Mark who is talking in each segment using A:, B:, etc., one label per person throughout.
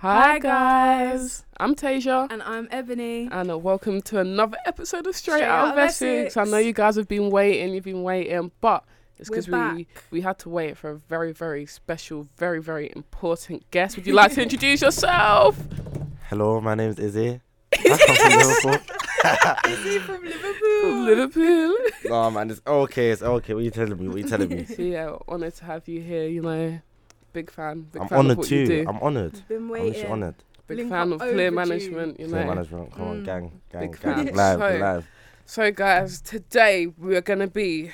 A: Hi guys, I'm Tasia,
B: And I'm Ebony.
A: and uh, welcome to another episode of Straight,
B: Straight
A: Out of
B: Out of
A: Essex. I know
B: Essex.
A: you guys have been waiting, you've been waiting, but it's
B: We're
A: because we
B: back.
A: we had to wait for a very very special, very very important guest. Would you like to introduce yourself?
C: Hello, my name is Izzy. I come from Liverpool.
B: Is he from Liverpool?
A: Liverpool.
C: No, man, it's okay. It's okay. What are you telling me? What are you telling me?
A: So yeah, honoured to have you here. You know, big fan. Big
C: I'm
A: fan of
C: honored
A: what you
C: too.
A: do.
C: I'm honored.
B: Been
C: I'm literally
B: waiting.
C: honored.
A: big
B: Link
A: fan
B: up
A: of clear
B: overdue.
A: management. You
C: Clear
A: know.
C: management. Come on,
B: Mm.
C: gang, gang,
A: Big
C: gang.
A: facts.
C: Live,
A: So-
C: live.
A: So, guys, today we are going to be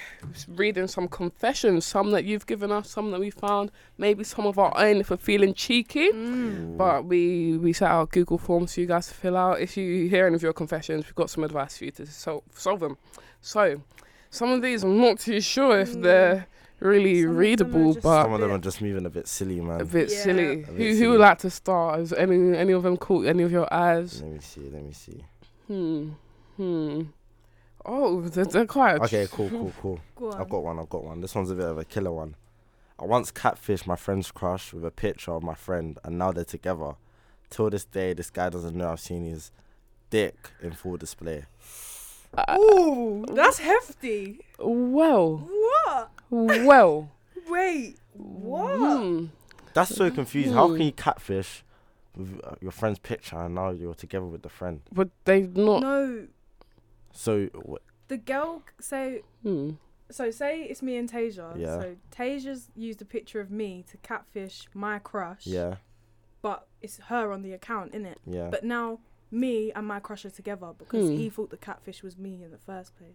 A: reading some confessions, some that you've given us, some that we found, maybe some of our own if we're feeling cheeky.
B: Mm.
A: But we, we set out Google forms for you guys to fill out. If you hear any of your confessions, we've got some advice for you to sol- solve them. So, some of these I'm not too sure if
B: Mm.
A: they're really
B: Some of them are
A: readable,
B: just-
A: but
C: Some of them
B: bit-
C: are just moving a bit silly,
A: a
C: man.
A: bit
B: Yeah.
A: silly.
C: bit
A: who who
C: silly.
A: would like to start? Has any any of them caught any of your eyes?
C: Let me see. Let me see.
A: Hmm. Hmm. Oh, they're, they're quite
C: Okay, cool, cool, cool.
B: Go on.
C: I've got one. I've got one. This one's a bit of a killer one. I once catfished my friend's crush with a picture of my friend, and now they're together. Till this day, this guy doesn't know I've seen his dick in full display.
B: Ooh, that's hefty.
A: Well,
B: What?
A: well.
B: Wait, what?
A: Hmm.
C: That's so confusing. How
A: Hmm.
C: can you catfish with uh, your friend's picture and now you're together with the friend?
A: But they've not.
B: No,
C: So w-
B: the girl. So,
A: Hmm.
B: so say it's me and Tasia.
C: Yeah.
B: So Tasia's used a picture of me to catfish my crush.
C: yeah,
B: But it's her on the account, innit?
C: yeah.
B: But now me and my crush are together because
A: Hmm.
B: he thought the catfish was me in the first place.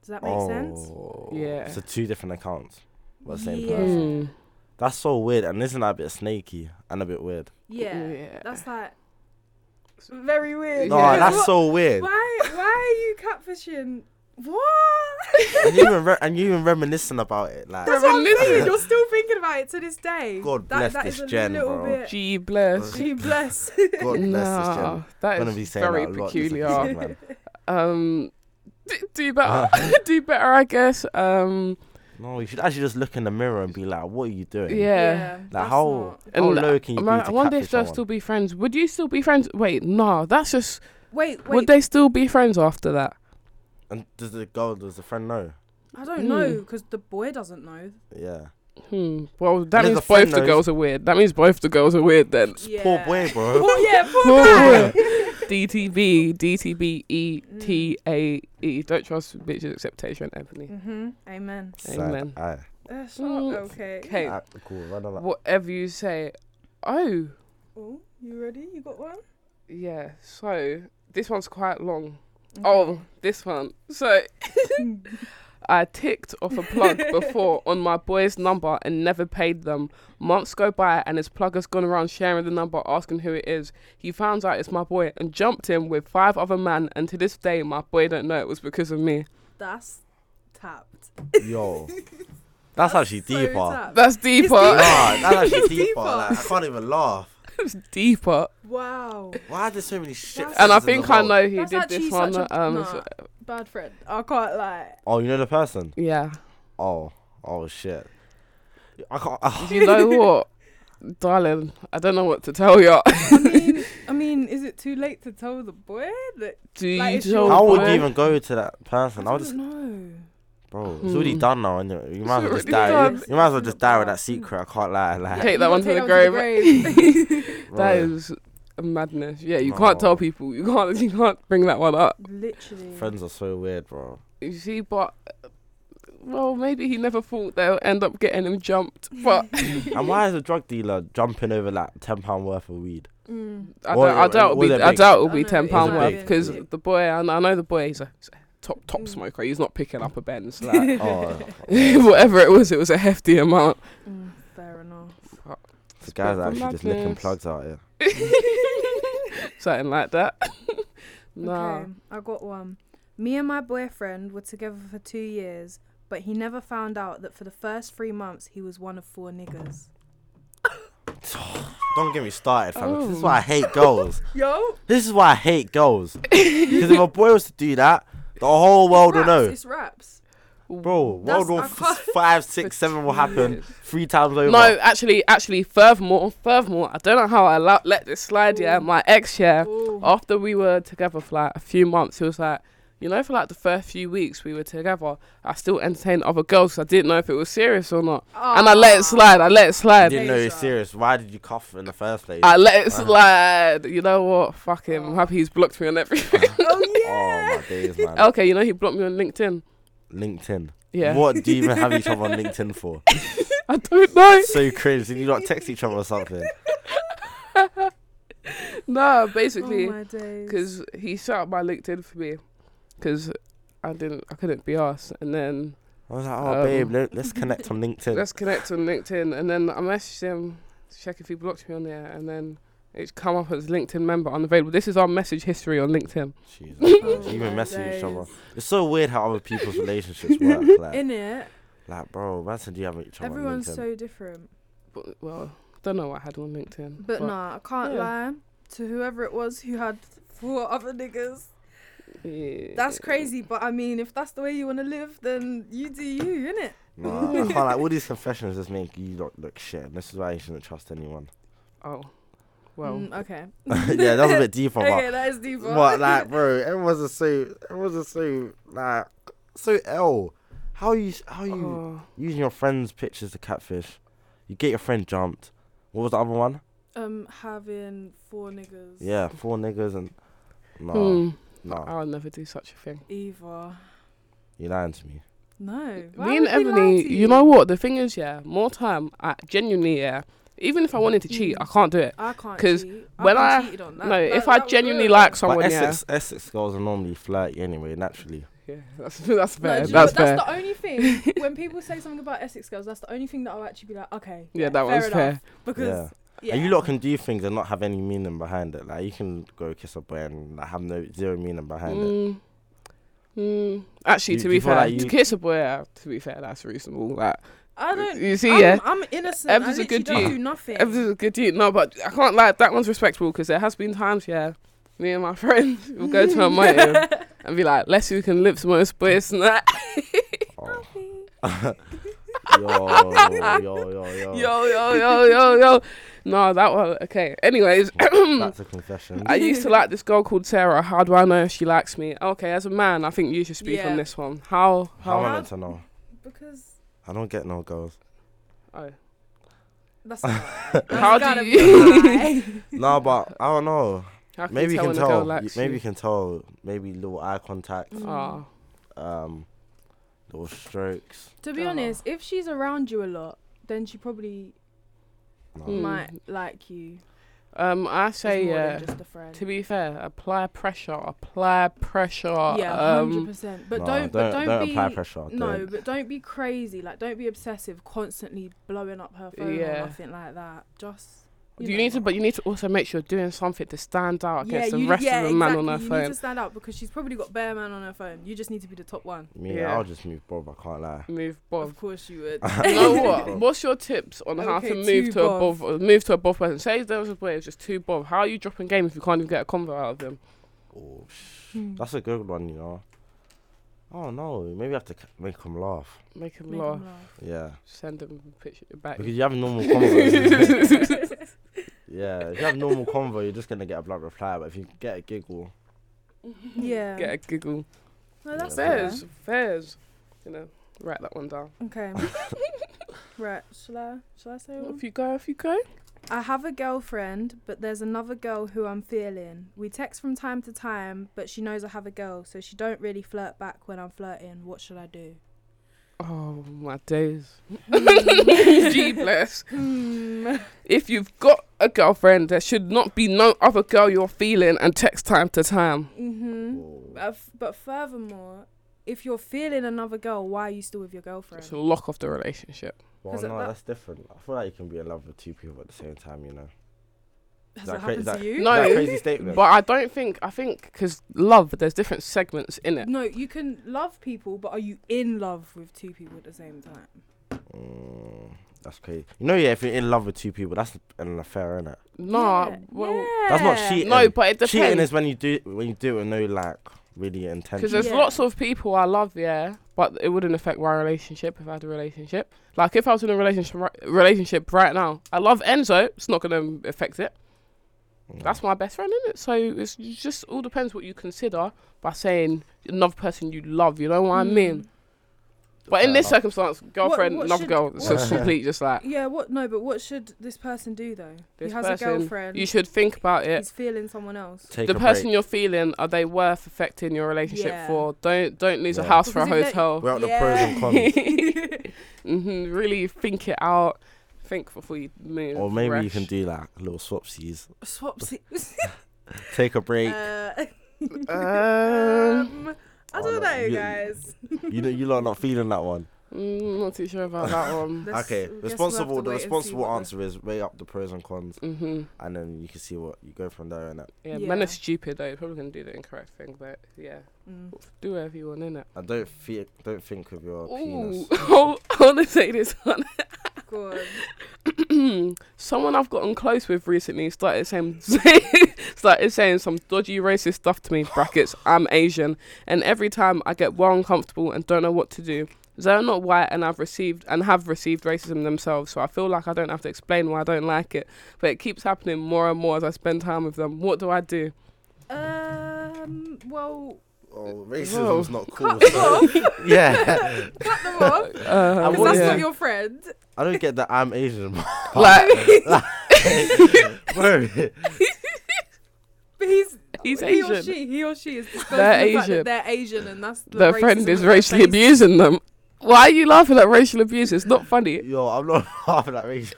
B: Does that make sense?
C: Oh.
A: Yeah.
C: So two different accounts, but same
B: Yeah.
C: person.
A: Hmm.
C: That's so weird, and isn't that a bit snaky and a bit weird?
B: Yeah.
A: Yeah.
B: That's like very weird.
C: No,
A: Yeah.
B: Because
C: that's
B: what-
C: so weird.
B: Why why are you catfishing? What?
C: and you even re- and you even reminiscing about it, like
B: That's what I'm
A: Reminiscent.
B: saying. You're still thinking about it to this day.
C: God
B: That-
C: bless
B: that
C: this
B: is a
C: gen,
B: little
C: bro.
B: bit-
A: Gee bless.
B: Gee bless.
C: God bless this
A: Nah,
C: gentleman.
A: that
C: Gonna
A: is
C: be saying
A: very
C: that a lot this
A: peculiar.
C: episode, man.
A: um, do, do better.
C: Uh.
A: do better, I guess. Um,
C: No, you should actually just look in the mirror and be like, "What are you doing?
A: Yeah.
C: Like
B: that's
C: how
B: not-
C: how
A: And
C: low can Oh,
A: I
C: you be
A: wonder-
C: to
A: I wonder if
C: catfish
A: they'll
C: someone?
A: still be friends. Would you still be friends? Wait, nah. That's just.
B: Wait, wait.
A: Would they still be friends after that?
C: And does the girl, does the friend know?
B: I don't
A: Hmm.
B: know because the boy doesn't know.
C: Yeah.
A: Hmm. Well, that
C: And if
A: means
C: the friend
A: both the
C: knows-
A: girls are weird. That means both the girls are weird then.
B: Yeah.
C: Poor boy, bro.
B: Poor, yeah, poor
A: Poor
B: guy.
A: DTB, DTB, E, T, A, E. Don't trust bitches except Tasia and Ebony.
B: mm-hmm. Amen.
A: Amen.
C: Aye.
B: Uh, shut
A: Mm.
B: up, okay.
A: Okay.
C: Ah, cool. Run on that.
A: Whatever you say. Oh,
B: Oh, you ready? You got one?
A: yeah. So this one's quite long. Oh, this one. So I ticked off a plug before on my boy's number and never paid them. Months go by and his plug has gone around sharing the number, asking who it is. He finds out it's my boy and jumped him with five other men. And to this day, my boy don't know it was because of me.
B: That's tapped.
C: Yo. That's actually
B: So
C: deeper. Nah,
B: tapped.
A: That's deeper.
C: that's actually
B: Deeper.
C: deeper. Like, I can't even laugh.
A: It's deeper.
B: Wow.
C: Why are there so many shit?
B: That's-
A: And I
C: friends in the
A: think I
C: world?
A: know who
B: That's
A: did
B: actually
A: this one.
B: such a-
A: um,
B: nah.
A: so-
B: Bad friend. I can't lie.
C: Oh, you know the person?
A: yeah.
C: Oh, oh shit. I can't. ah.
A: Do you know what, darling? I don't know what to tell you.
B: I mean, I mean, is it too late to tell the boy that?
A: Do you
B: Like, it's
A: tell
B: your-
C: How would
A: boy?
C: you even go to that person? I
B: I
C: would just,
B: don't know.
C: bro, it's already
A: Hmm.
C: done now, and you might as well
A: already
C: just die.
A: done.
C: You might as well just die with that secret. I can't lie. Like,
A: Take that
B: You
A: one
B: gotta
A: to the
B: take that one to the grave.
C: bro.
A: That is a madness. Yeah, you can't tell
C: No.
A: people. You can't. You can't bring that one up.
B: Literally.
C: friends are so weird, bro.
A: You see, but uh, well, maybe he never thought they'll end up getting him jumped. But
C: and why is a drug dealer jumping over like ten pound worth of weed?
B: Mm.
A: I
C: Well,
A: doubt. I
C: it-
A: doubt it'll
C: was
A: be.
C: it
A: I
C: big?
A: doubt it'll
B: I
A: be
B: know,
A: ten
B: it's
A: pound
C: not
A: worth
B: big.
A: because
B: Yeah.
A: the boy. I, I know the boy. He's a, he's a top top
B: Mm.
A: smoker. He's not picking up a bend. So like,
C: Oh,
A: whatever it was, it was a hefty amount.
B: Mm, fair enough.
C: the guys are
A: Spread the
C: actually just licking
A: madness.
C: plugs out here.
A: Something like that. nah.
B: Okay, I got one. Me and my boyfriend were together for two years, but he never found out that for the first three months he was one of four niggas.
C: Don't get me started, fam. 'cause This is
A: Oh.
C: why I hate girls.
B: Yo,
C: This is why I hate girls. Because if a boy was to do that, the whole world will
B: raps,
C: know.
B: It's raps.
C: Bro,
B: That's-
C: World War
B: I
C: f-
B: can't-
C: five, six, seven will happen
A: Years.
C: three times over.
A: No, actually, actually, furthermore, furthermore, I don't know how I allow- let this slide. Yeah,
B: Ooh.
A: my ex, yeah, Oh,
B: Ooh.
A: after we were together for like a few months, he was like, you know, for like the first few weeks we were together, I still entertained other girls. I didn't know if it was serious or not, and I
B: Ah.
A: let it slide. I let it
C: You
A: slide.
C: didn't know you're
B: Laser.
C: serious. Why did you cough in the first place?
A: um,
C: Oh,
A: I let it
C: Wow.
A: slide. You know what? Fuck him. I'm
B: Oh.
A: happy he's blocked me on everything.
B: Oh yeah.
C: Oh my days, man.
A: okay, you know he blocked me on LinkedIn.
C: LinkedIn.
A: Yeah,
C: What do you even have each other on LinkedIn for?
A: I don't know.
C: So cringe. Did you not text each other or something?
A: No,
B: Oh
A: basically,
B: my days.
A: because he shut up my LinkedIn for me, because I didn't, I couldn't be asked, and then.
C: I was like, oh
A: Um,
C: babe, let, let's connect on LinkedIn.
A: Let's connect on LinkedIn, and then I messaged him to check if he blocked me on there, and then it's come up as LinkedIn member unavailable. This is our message history on LinkedIn.
C: Jesus, Christ,
B: Oh
C: you even
B: my
C: messaging each other.
B: days.
C: It's so weird how other people's relationships work. Like,
B: In it,
C: like bro, man said you have each other
B: everyone's
C: on LinkedIn.
B: so different.
A: But, well, don't know what I had on LinkedIn.
B: But nah, I can't
A: yeah.
B: lie to whoever it was who had four other niggas.
A: yeah.
B: That's crazy, but I mean, if that's the way you want to live, then you do you, innit?
C: Nah, I can't, like, all these confessions just make you look, look shit. And this is why you shouldn't trust anyone.
A: Oh, well,
B: Mm, okay.
C: yeah, that was a bit deeper, but
B: Okay, that is deep.
C: What like, bro? Everyone's just so, everyone's just so like, so ill. How you, how you
A: oh,
C: using your friend's pictures to catfish? You get your friend jumped. What was the other one?
B: Um, having four niggas.
C: Yeah, four niggas and no,
A: hmm,
C: no,
A: I'll never do such a thing.
B: Either.
C: you lying to me.
B: No. Why
A: me and
B: would we lie
A: Ebony,
B: to
A: you know what? The thing is, yeah, more time. I genuinely, yeah, even if I wanted to cheat, I
B: Mm.
A: can't do it.
B: I can't.
A: 'Cause
B: cheat.
A: when
B: been
A: I-
B: cheated on.
A: no,
B: That-
A: if
B: that-
A: I
B: that was
A: genuinely
B: good.
A: like
C: But
A: someone, yeah,
C: Essex, Essex girls are normally flirty anyway, naturally.
A: yeah, that's that's
B: No, do
A: fair.
B: you know
A: that's
B: what?
A: fair.
B: that's the only thing. when people say something about Essex girls, that's the only thing that I'll actually be like, okay.
A: yeah, that
B: fair
A: one's
B: enough.
A: fair.
B: Because yeah.
C: And you lot can do things and not have any meaning behind it. Like you can go kiss a boy and like, have no zero meaning behind it.
A: Mm. Mm. Actually,
C: You-
A: to
C: you
A: be
C: feel
A: fair,
C: like
A: to
C: you-
A: kiss a boy, uh, to be fair, that's reasonable. Like,
B: I don't.
A: you see,
B: I'm,
A: yeah,
B: I'm innocent.
A: Evans is
B: I
A: a
B: literally
A: good
B: don't
A: dude.
B: do nothing.
A: everything's good to you. No, but I can't lie, that one's respectable because there has been times, yeah, me and my friend will go to her mate and be like, let's see who can lips most boys and that.
C: Oh. yo, yo, yo,
A: Yo,
C: yo.
A: yo, yo, yo, yo. No, that one, okay. Anyways,
C: That's a confession.
A: I used to like this girl called Sarah. How do I know if she likes me? Okay, as a man, I think you should speak
B: Yeah.
A: on this one. How?
C: How am
A: How?
C: I meant to know?
B: because
C: I don't get no girls.
A: oh.
B: that's. a lie. That's
A: How do
B: gotta
A: you-
B: be a lie.
C: no, but I don't know.
A: How can
C: Maybe you can
A: when a girl
C: tell. You-
A: likes
C: Maybe you can tell. Maybe little eye contact,
B: Mm.
A: Ah.
C: um, little strokes.
B: To be
A: Oh.
B: honest, if she's around you a lot, then she probably
C: No.
A: Mm.
B: might like you.
A: Um, I
B: as
A: say
B: more
A: yeah.
B: than just a friend.
A: To be fair, apply pressure. Apply pressure.
B: yeah, hundred
A: um,
B: percent. But
C: No,
B: don't, but don't, be
C: apply pressure.
B: no,
C: don't.
B: but don't be crazy. Like, don't be obsessive, constantly blowing up her phone
A: Yeah.
B: or nothing like that. Just
A: you need to, but you need to also make sure you're doing something to stand out
B: yeah,
A: against
B: you,
A: the rest
B: yeah,
A: of the man
B: exactly.
A: on her
B: you need
A: phone.
B: to stand out because she's probably got bare man on her phone. You just need to be the top one.
C: Me,
A: Yeah. Mm.
C: I'll just move, Bob. I can't lie.
A: Move, Bob.
B: Of course you would.
A: you know what?
C: Bob.
A: What's your tips on how
B: Okay,
A: to
B: two
A: move to a
B: Bob.
A: Bob, uh, move to a Bob person? Say there was a boy, it was just two Bob. How are you dropping game if you can't even get a convo out of them?
C: Oh, sh-
B: Hmm.
C: that's a good one, you know. Oh no, maybe I have to c- make them laugh.
A: Make him
B: Make 'em
A: laugh.
B: laugh.
C: Yeah,
A: Send him a picture back.
C: because you have normal convo. yeah, if you have normal convo, you're just gonna get a blunt reply. But if you get a giggle,
B: Yeah.
A: Get a giggle.
B: No, that's fair.
A: Fairs, fairs. You know, write that one down.
B: Okay. right. Shall I? Shall I say one?
A: If you go, if you go.
B: I have a girlfriend, but there's another girl who I'm feeling. We text from time to time, but she knows I have a girl, so she don't really flirt back when I'm flirting. What should I do?
A: Oh my days. Gee bless.
B: Hmm.
A: If you've got a girlfriend, there should not be no other girl you're feeling and text time to time. Hmm. Mm-hmm.
B: Mhm.
C: oh,
A: Uh,
B: But, f- but furthermore, if you're feeling another girl, why are you still with your girlfriend?
A: So lock off the relationship.
C: well,
B: Has it
C: no,
B: that-
C: that's different. I feel like you can be in love with two people at the same time, you know.
B: Has
C: that
B: that
C: cra-
B: happened
C: that-
B: to you?
A: No.
C: Is that a crazy statement.
A: But I don't think I think because love, there's different segments in it.
B: No, you can love people, but are you in love with two people at the same time?
C: Mm, that's crazy. You know, yeah, if you're in love with two people, that's an affair, isn't it?
A: Nah,
B: Yeah.
A: well,
C: That's not
B: Yeah.
C: cheating.
A: no, but it
C: Cheating
A: depends
C: is when you do when you do it with no like really
A: because
C: intention.
A: there's
B: Yeah.
A: lots of people I love, yeah, but it wouldn't affect my relationship if I had a relationship. Like if I was in a relationship ri- relationship right now, I love Enzo. It's not gonna affect it.
C: Mm.
A: That's my best friend, isn't it? So it's just all depends what you consider by saying another person you love. You know what I mean? But in
C: Fair
A: this
C: enough.
A: circumstance, girlfriend,
B: Hmm. what
A: love
B: should-
A: girl, so it's
C: what-
A: complete just like
B: Yeah, what? No, but what should this person do though?
A: This
B: he has
A: person,
B: a girlfriend.
A: you should think about it.
B: He's feeling someone else.
C: Take
A: The
C: a
A: person
C: break.
A: you're feeling, are they worth affecting your relationship
B: Yeah.
A: for? Don't don't lose a
C: Yeah.
A: house for a
B: Because if they-
A: hotel.
C: We're at the
B: Yeah.
C: pros and cons.
A: hmm really think it out. Think before you move.
C: or maybe you
A: Resh.
C: can do like little swapsies.
B: Swapsy.
C: Take a break.
B: Uh,
A: Um,
B: um, I
C: Oh,
B: don't
C: no,
B: know,
C: you-
B: guys.
C: you know, you lot are not feeling that one.
A: mm, not too sure about that one.
B: Let's-
C: okay,
B: I guess we'll have
C: responsible.
B: to
C: the
B: wait and see
C: responsible
B: what the-
C: answer is weigh up the pros and cons,
A: hmm
C: and then you can see what you go from there. And
A: Yeah,
B: Yeah.
A: men are stupid though. Probably gonna do the incorrect thing, but yeah,
B: Mm.
A: do whatever you want in it.
C: I don't feel, don't think with your
A: Ooh,
C: penis.
B: Oh.
A: I want to say this one.
B: Go on.
A: Someone I've gotten close with recently started saying started saying some dodgy racist stuff to me. Brackets. I'm Asian, and every time I get well uncomfortable and don't know what to do. They're not white, and I've received and have received racism themselves. So I feel like I don't have to explain why I don't like it, but it keeps happening more and more as I spend time with them. What do I do?
B: Um. Well,
C: Oh,
A: Whoa.
C: racism's not cool.
B: cut them
C: so-
B: off.
C: yeah,
B: Cut them off.
A: Uh,
B: 'cause that's
A: yeah.
B: not your friend.
C: I don't get that I'm Asian.
A: like
C: Bro,
B: But he's
A: He's
B: he Or
A: Asian.
B: she, he or she is discussing
A: They're
B: the fact
A: Asian.
B: that they're Asian, and that's the
A: their friend
B: racism
A: is
B: in their
A: racially
B: face.
A: abusing them. Why are you laughing at racial abuse? It's not funny.
C: yo, I'm not laughing at racial,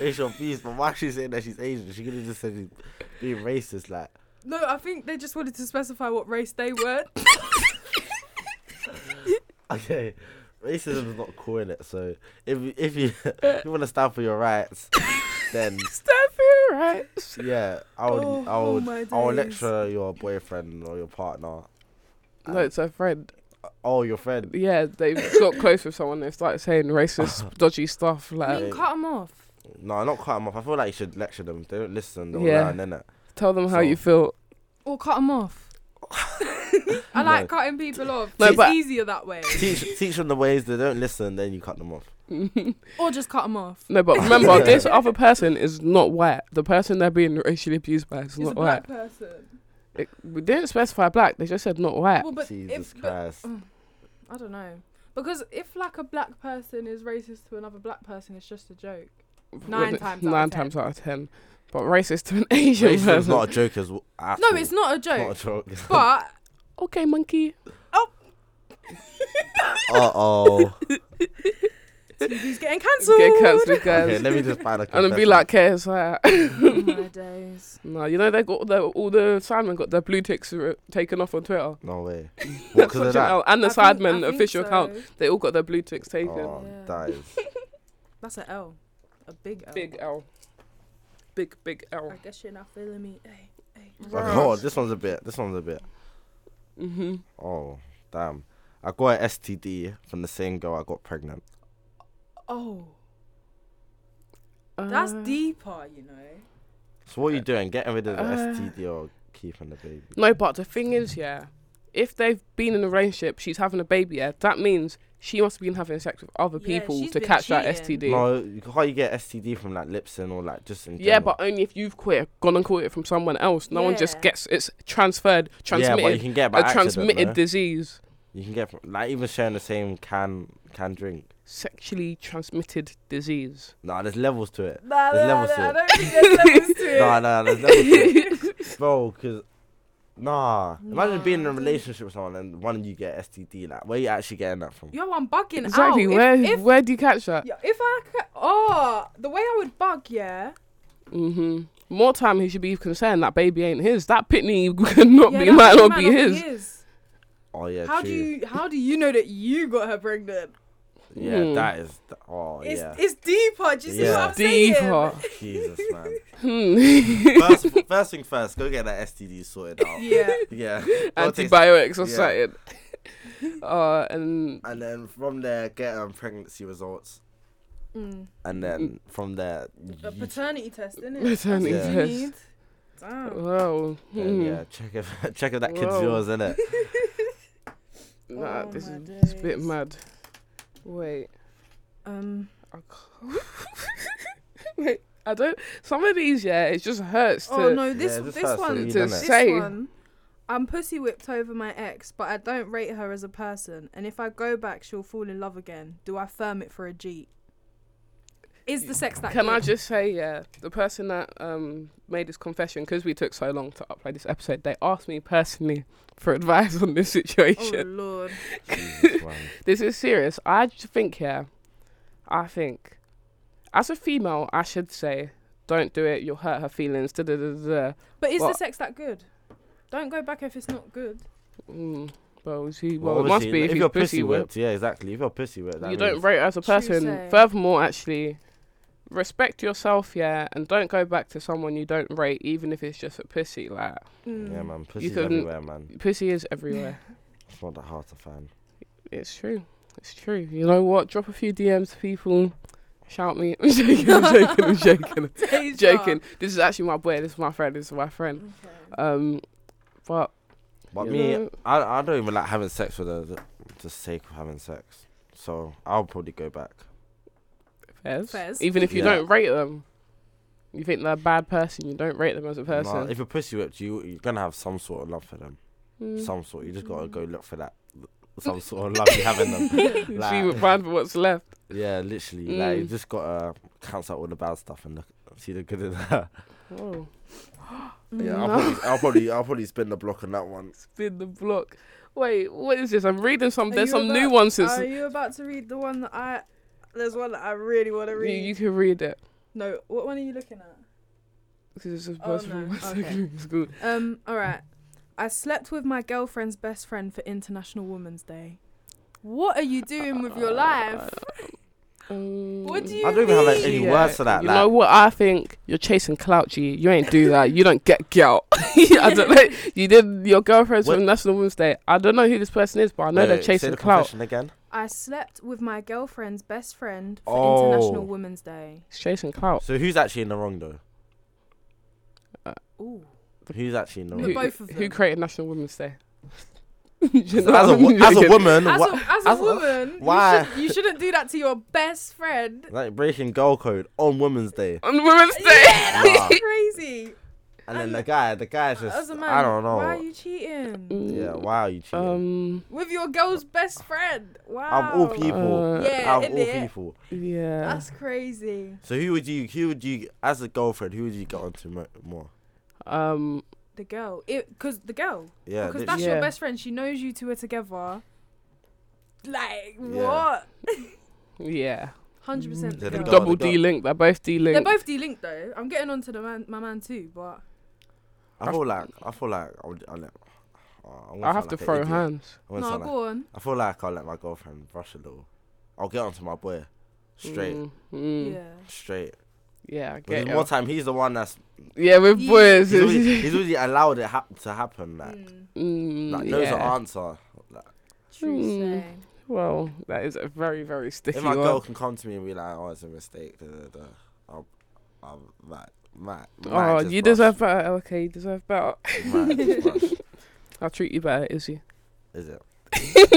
C: racial abuse, but why is she saying that she's Asian? She could have just said she's being racist. Like,
B: No, I think they just wanted to specify what race they were.
C: okay, racism is not cool in it. So if you- if you if you want to stand for your rights, then
A: Steph, you're right.
C: yeah, I would
B: Oh,
C: I
B: oh
C: would
B: my
C: I would
B: days.
C: lecture your boyfriend or your partner.
A: No,
C: Um,
A: it's her friend.
C: Oh, your friend.
A: Yeah, they got close with someone. They started saying racist, dodgy stuff.
B: I
A: Like,
B: mean, cut them off.
C: No, not cut them off. I feel like you should lecture them. They don't listen. They'll
A: Yeah.
C: learn, innit?
A: tell them how you
C: So-
A: feel.
B: Or cut them off. I like cutting people off.
A: No,
B: it's
A: but-
B: easier that way.
C: Teach teach them the ways. They don't listen. Then you cut them off.
A: no,
B: Or just cut them off.
A: but remember, this other person is not white. The person they're being racially abused by is
B: It's a
A: not
B: black
A: white.
B: person.
A: It, we didn't specify black. They just said not white.
B: Well, but
C: Jesus
B: if, but,
C: Christ.
B: I don't know. Because if like a black person is racist to another black person, it's just a joke. nine
A: Wouldn't-
B: times out of
A: nine
B: ten.
A: times out of ten. But racist to an Asian
C: Racism's
A: person.
C: not a joke as w- at
B: No,
C: all.
B: it's not a joke.
C: Not a joke.
B: But
A: okay, monkey.
C: uh oh.
B: TV's getting cancelled.
A: Get cancelled, guys.
C: Okay, let me just find a.
A: and it'd be like, KSI.
B: Oh my days.
A: No, you know they got all the all the sidemen got their blue ticks r- taken off on Twitter.
C: no way. What, 'cause of
A: Fucking
C: that?
A: hell, And the
B: I think- I
A: sidemen
B: think
A: official
B: so.
A: account, they all got their blue ticks taken.
C: Oh,
B: Yeah.
C: that is.
B: That's an L. A big L.
A: Big L, big big L.
B: I guess you're not feeling me. Hey, hey.
C: Oh,
A: Right.
C: God, this one's a bit. This one's a bit.
A: Mm-hmm.
C: Oh, damn. I got an STD from the same girl I got pregnant.
B: Oh, that's
A: Uh,
B: deeper, you know.
C: So what are you doing? Getting rid of the
A: Uh,
C: STD or keeping the baby?
A: No, but the thing is, yeah, if they've been in a relationship, she's having a baby. Yeah, that means she must have been having sex with other
B: Yeah,
A: people
B: she's
A: to
B: been
A: catch that STD.
B: cheating.
C: No, you can't you get STD from like Lipson or like just in
A: Yeah,
C: general?
A: but only if you've quit, gone and caught it from someone else. No one just
B: Yeah.
A: gets it's transferred,
C: yeah, but you
A: transmitted,
C: can get
A: a
C: by accident,
A: transmitted
C: no?
A: disease.
C: You can get from, like even sharing the same can can drink.
A: sexually transmitted disease.
C: Nah, there's levels to it.
B: Nah,
C: There's levels to
B: I
C: it.
B: don't think there's levels to it.
C: Nah, nah, there's levels to it, bro. Cause nah, imagine
B: Nah,
C: being in a
B: I don't-
C: relationship with someone and one of you get STD. Like, where you actually getting that from?
B: Yo, I'm bugging
A: Exactly.
B: out.
A: where
B: If, if,
A: where do you catch that?
B: yeah, if I ca oh, the way I would bug, yeah.
A: hmm More time he should be concerned that baby ain't his. That pitney cannot
B: yeah,
A: be
B: that
A: might
B: thing
A: not be his.
C: Oh yeah,
B: How
C: true.
B: do you how do you know that you got her pregnant?
C: Yeah,
A: Mm.
C: that is. th- oh
B: It's
C: yeah.
B: it's deeper. Do you see
C: Yeah.
B: what I'm saying?
A: Diva.
C: Jesus man.
A: Hmm.
C: first, first thing first, go get that STD sorted out.
B: Yeah.
C: Yeah. Go take-
A: Antibiotics or
C: Yeah.
A: something. Uh, and
C: and then from there, get um, pregnancy results.
B: Mm.
C: And then from there,
B: A
C: you-
B: paternity test, isn't it?
A: Paternity
B: That's what you need.
A: test.
B: Damn.
A: well,
C: then,
A: hmm.
C: yeah, check if check if that kid's
A: Whoa.
C: yours, innit?
A: Nah,
B: Oh
A: this
B: my
A: is this is a bit
B: days.
A: mad. Wait,
B: Um,
A: I can't. Wait, I don't. Some of these, yeah, it just hurts to.
B: oh no, this
C: Yeah, this
B: this
C: hurts
B: one,
C: to read,
B: this
A: doesn't it? Say.
B: one. I'm pussy whipped over my ex, but I don't rate her as a person. And if I go back, she'll fall in love again. Do I firm it for a G? Is the sex that
A: Can I
B: good?
A: just say, yeah, the person that um, made this confession, because we took so long to upload this episode, they asked me personally for advice on this
B: Oh
A: situation.
B: lord.
C: Jesus, man.
A: This is serious. I j- think, yeah, I think, as a female, I should say, don't do it, you'll hurt her feelings. Da, da, da, da. da."
B: But is the
A: What?
B: sex that good? Don't go back if it's not good.
A: Mm, well, is he-
C: Well,
A: well, it must
C: obviously,
A: be if,
C: if
A: he's
C: you're
A: pussy whipped.
C: Yeah, exactly. If you're pussy whipped, that
A: You don't
C: means-
A: rate her as a
B: True
A: person.
B: say.
A: Furthermore, actually, respect yourself, yeah, and don't go back to someone you don't rate, even if it's just a pussy. Like,
C: Yeah,
B: Mm.
C: man. Pussy's
A: couldn't-
C: everywhere, man.
A: pussy is everywhere.
C: It's not that hard to find.
A: It's true. It's true. You know what? Drop a few DMs to people. Shout me. I'm joking. I'm joking. I'm joking.
B: Deja.
A: joking. This is actually my boy. This is my friend. This is my friend.
B: Okay.
A: Um, but
C: But
A: you
C: me,
A: know,
C: I, I don't even like having sex for the, the the sake of having sex. So I'll probably go back.
A: Fez,
B: Fez.
A: even if you
C: Yeah.
A: don't rate them, you think they're a bad person. You don't rate them as a
C: Nah,
A: person.
C: if you're pussy whipped, you you're gonna have some sort of love for them.
A: Mm.
C: Some sort. You just gotta go look for that. Some sort of love you have in them.
A: See
C: Like-
A: what find for what's left.
C: Yeah, literally. Like you
A: Mm.
C: just gotta cancel out all the bad stuff and look, see the good in that.
A: Whoa.
C: Yeah,
A: Mm. No.
C: I'll, probably, I'll probably I'll probably spin the block on that one.
A: Spin the block. Wait, what is this? I'm reading some.
B: Are
A: There's
B: you
A: some new
B: about-
A: ones. Since
B: Are you about to read the one that I? There's one that I really want to
A: you,
B: read.
A: you can read it.
B: No, what one are you looking at?
A: 'Cause it's just
B: Oh,
A: possible.
B: no. Okay.
A: It's good.
B: Um, all right. I slept with my girlfriend's best friend for International Women's Day. What are you doing with your life?
A: Uh, Um,
B: What do
C: I
B: you
C: don't even have like,
B: mean?
C: any words for that.
A: You
C: like,
A: know what I think? You're chasing clout, G. You ain't do that. You don't get girl. I don't know. You did your girlfriend's
C: What-
A: from National Women's Day. I don't know who this person is, but I know
C: Wait,
A: they're
C: wait, say
A: chasing
C: the
A: clout.
C: confession again.
B: I slept with my girlfriend's best friend for
C: Oh.
B: International Women's Day.
A: It's chasing clout.
C: So who's actually in the wrong though?
B: Ooh.
C: Who's actually in the
B: The
A: who,
C: wrong?
B: both of
A: who
B: them.
A: created National Women's Day?
C: So as a wo- as a woman,
B: As
C: what,
B: a, as a
C: as a-
B: woman,
C: why?
B: You, should, you shouldn't do that to your best friend.
C: like breaking girl code on Women's Day,
A: on Women's
B: Yeah,
A: Day.
C: Nah.
B: that's crazy.
C: and then
B: And-
C: the guy, the guy's just,
B: As a man,
C: I don't know.
B: Why are you cheating
C: yeah, why are you cheating?
A: Mm, Um.
B: with your girl's best friend? Wow.
C: Out of all people,
A: Uh,
B: Oh. Yeah,
C: out of all
B: innit?
C: people.
A: yeah.
B: That's crazy.
C: So who would you, who would you, as a girlfriend, who would you get onto mo- more?
A: um.
B: The girl, it because the girl. because
C: Yeah, literally.
B: that's
A: Yeah.
B: your best friend. She knows you two are together. Like
C: Yeah.
B: what?
A: Yeah.
B: Hundred percent. the
C: Yeah, the
B: girl.
C: girl-
A: Double D linked. They're both D
B: They're
A: linked.
B: both delinked though. I'm getting onto the man, my man too, but
C: I feel like, I feel like I would. I let, oh, I'm gonna
A: I
C: sound
A: have to
C: like an
A: throw
C: idiot.
A: hands.
C: I'm gonna
B: no,
C: sound like-
B: go on.
C: I feel like I'll let my girlfriend brush a little. I'll get onto my boy, straight,
A: Mm, mm.
B: Yeah.
C: straight.
A: Yeah, I
C: Because
A: get
C: one
A: it.
C: time he's the one that's
A: Yeah, with
B: Ye-
A: boys.
C: he's already, he's already allowed it hap- to happen. Like,
B: Mm,
A: Mm,
C: like knows the
A: yeah.
C: answer. Like,
B: true
A: Mm.
B: say.
A: Well, that is a very, very sticky
C: if my
A: one.
C: girl can come to me and be like, "Oh, it's a mistake," da, da, da, I'll, I'll, might, might, might
A: oh,
C: just
A: you
C: brush.
A: deserve better. Okay, you deserve better.
C: Might just brush.
A: I'll treat you better, Izzy.
C: Is it?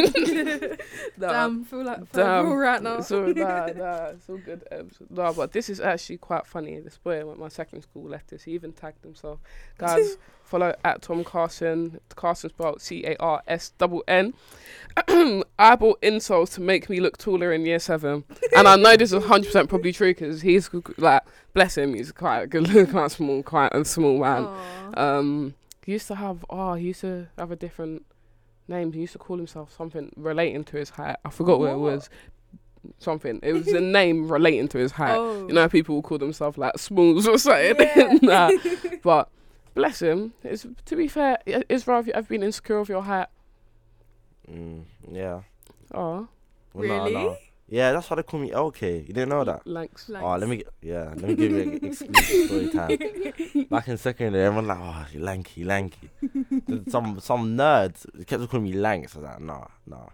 A: Nah,
B: Damn, feel like
A: damn.
B: damn. right now.
A: It's all, nah, nah, it's all good. Ebs. Nah, but this is actually quite funny. This boy at my second school left this. He even tagged himself. Guys, follow at Tom Carson. Carson spelled C A R S double N. I bought insoles to make me look taller in year seven. And I know this is 100% probably true because he's g- g- like, bless him, he's quite a good looking, quite small, quite a small man.
B: Aw.
A: Um, he used to have oh, he used to have a different name. He used to call himself something relating to his height. I forgot what, it
B: What?
A: was. Something. It was a name relating to his height.
B: Oh.
A: You know, how people will call themselves like Smalls or something. nah. But bless him. It's to be fair, I- Israel, have you ever been insecure of your height?
C: Mm, yeah.
A: Oh,
C: Well, no, no.
B: Really?
C: Yeah, that's why they call me LK. You didn't know that.
A: Lanks.
B: Like,
C: Oh, let me. g- Yeah, let me give you an exclusive story time. Back in secondary, everyone like, oh, you lanky, lanky. Then some some nerds kept calling me lanks. I was like, nah, nah.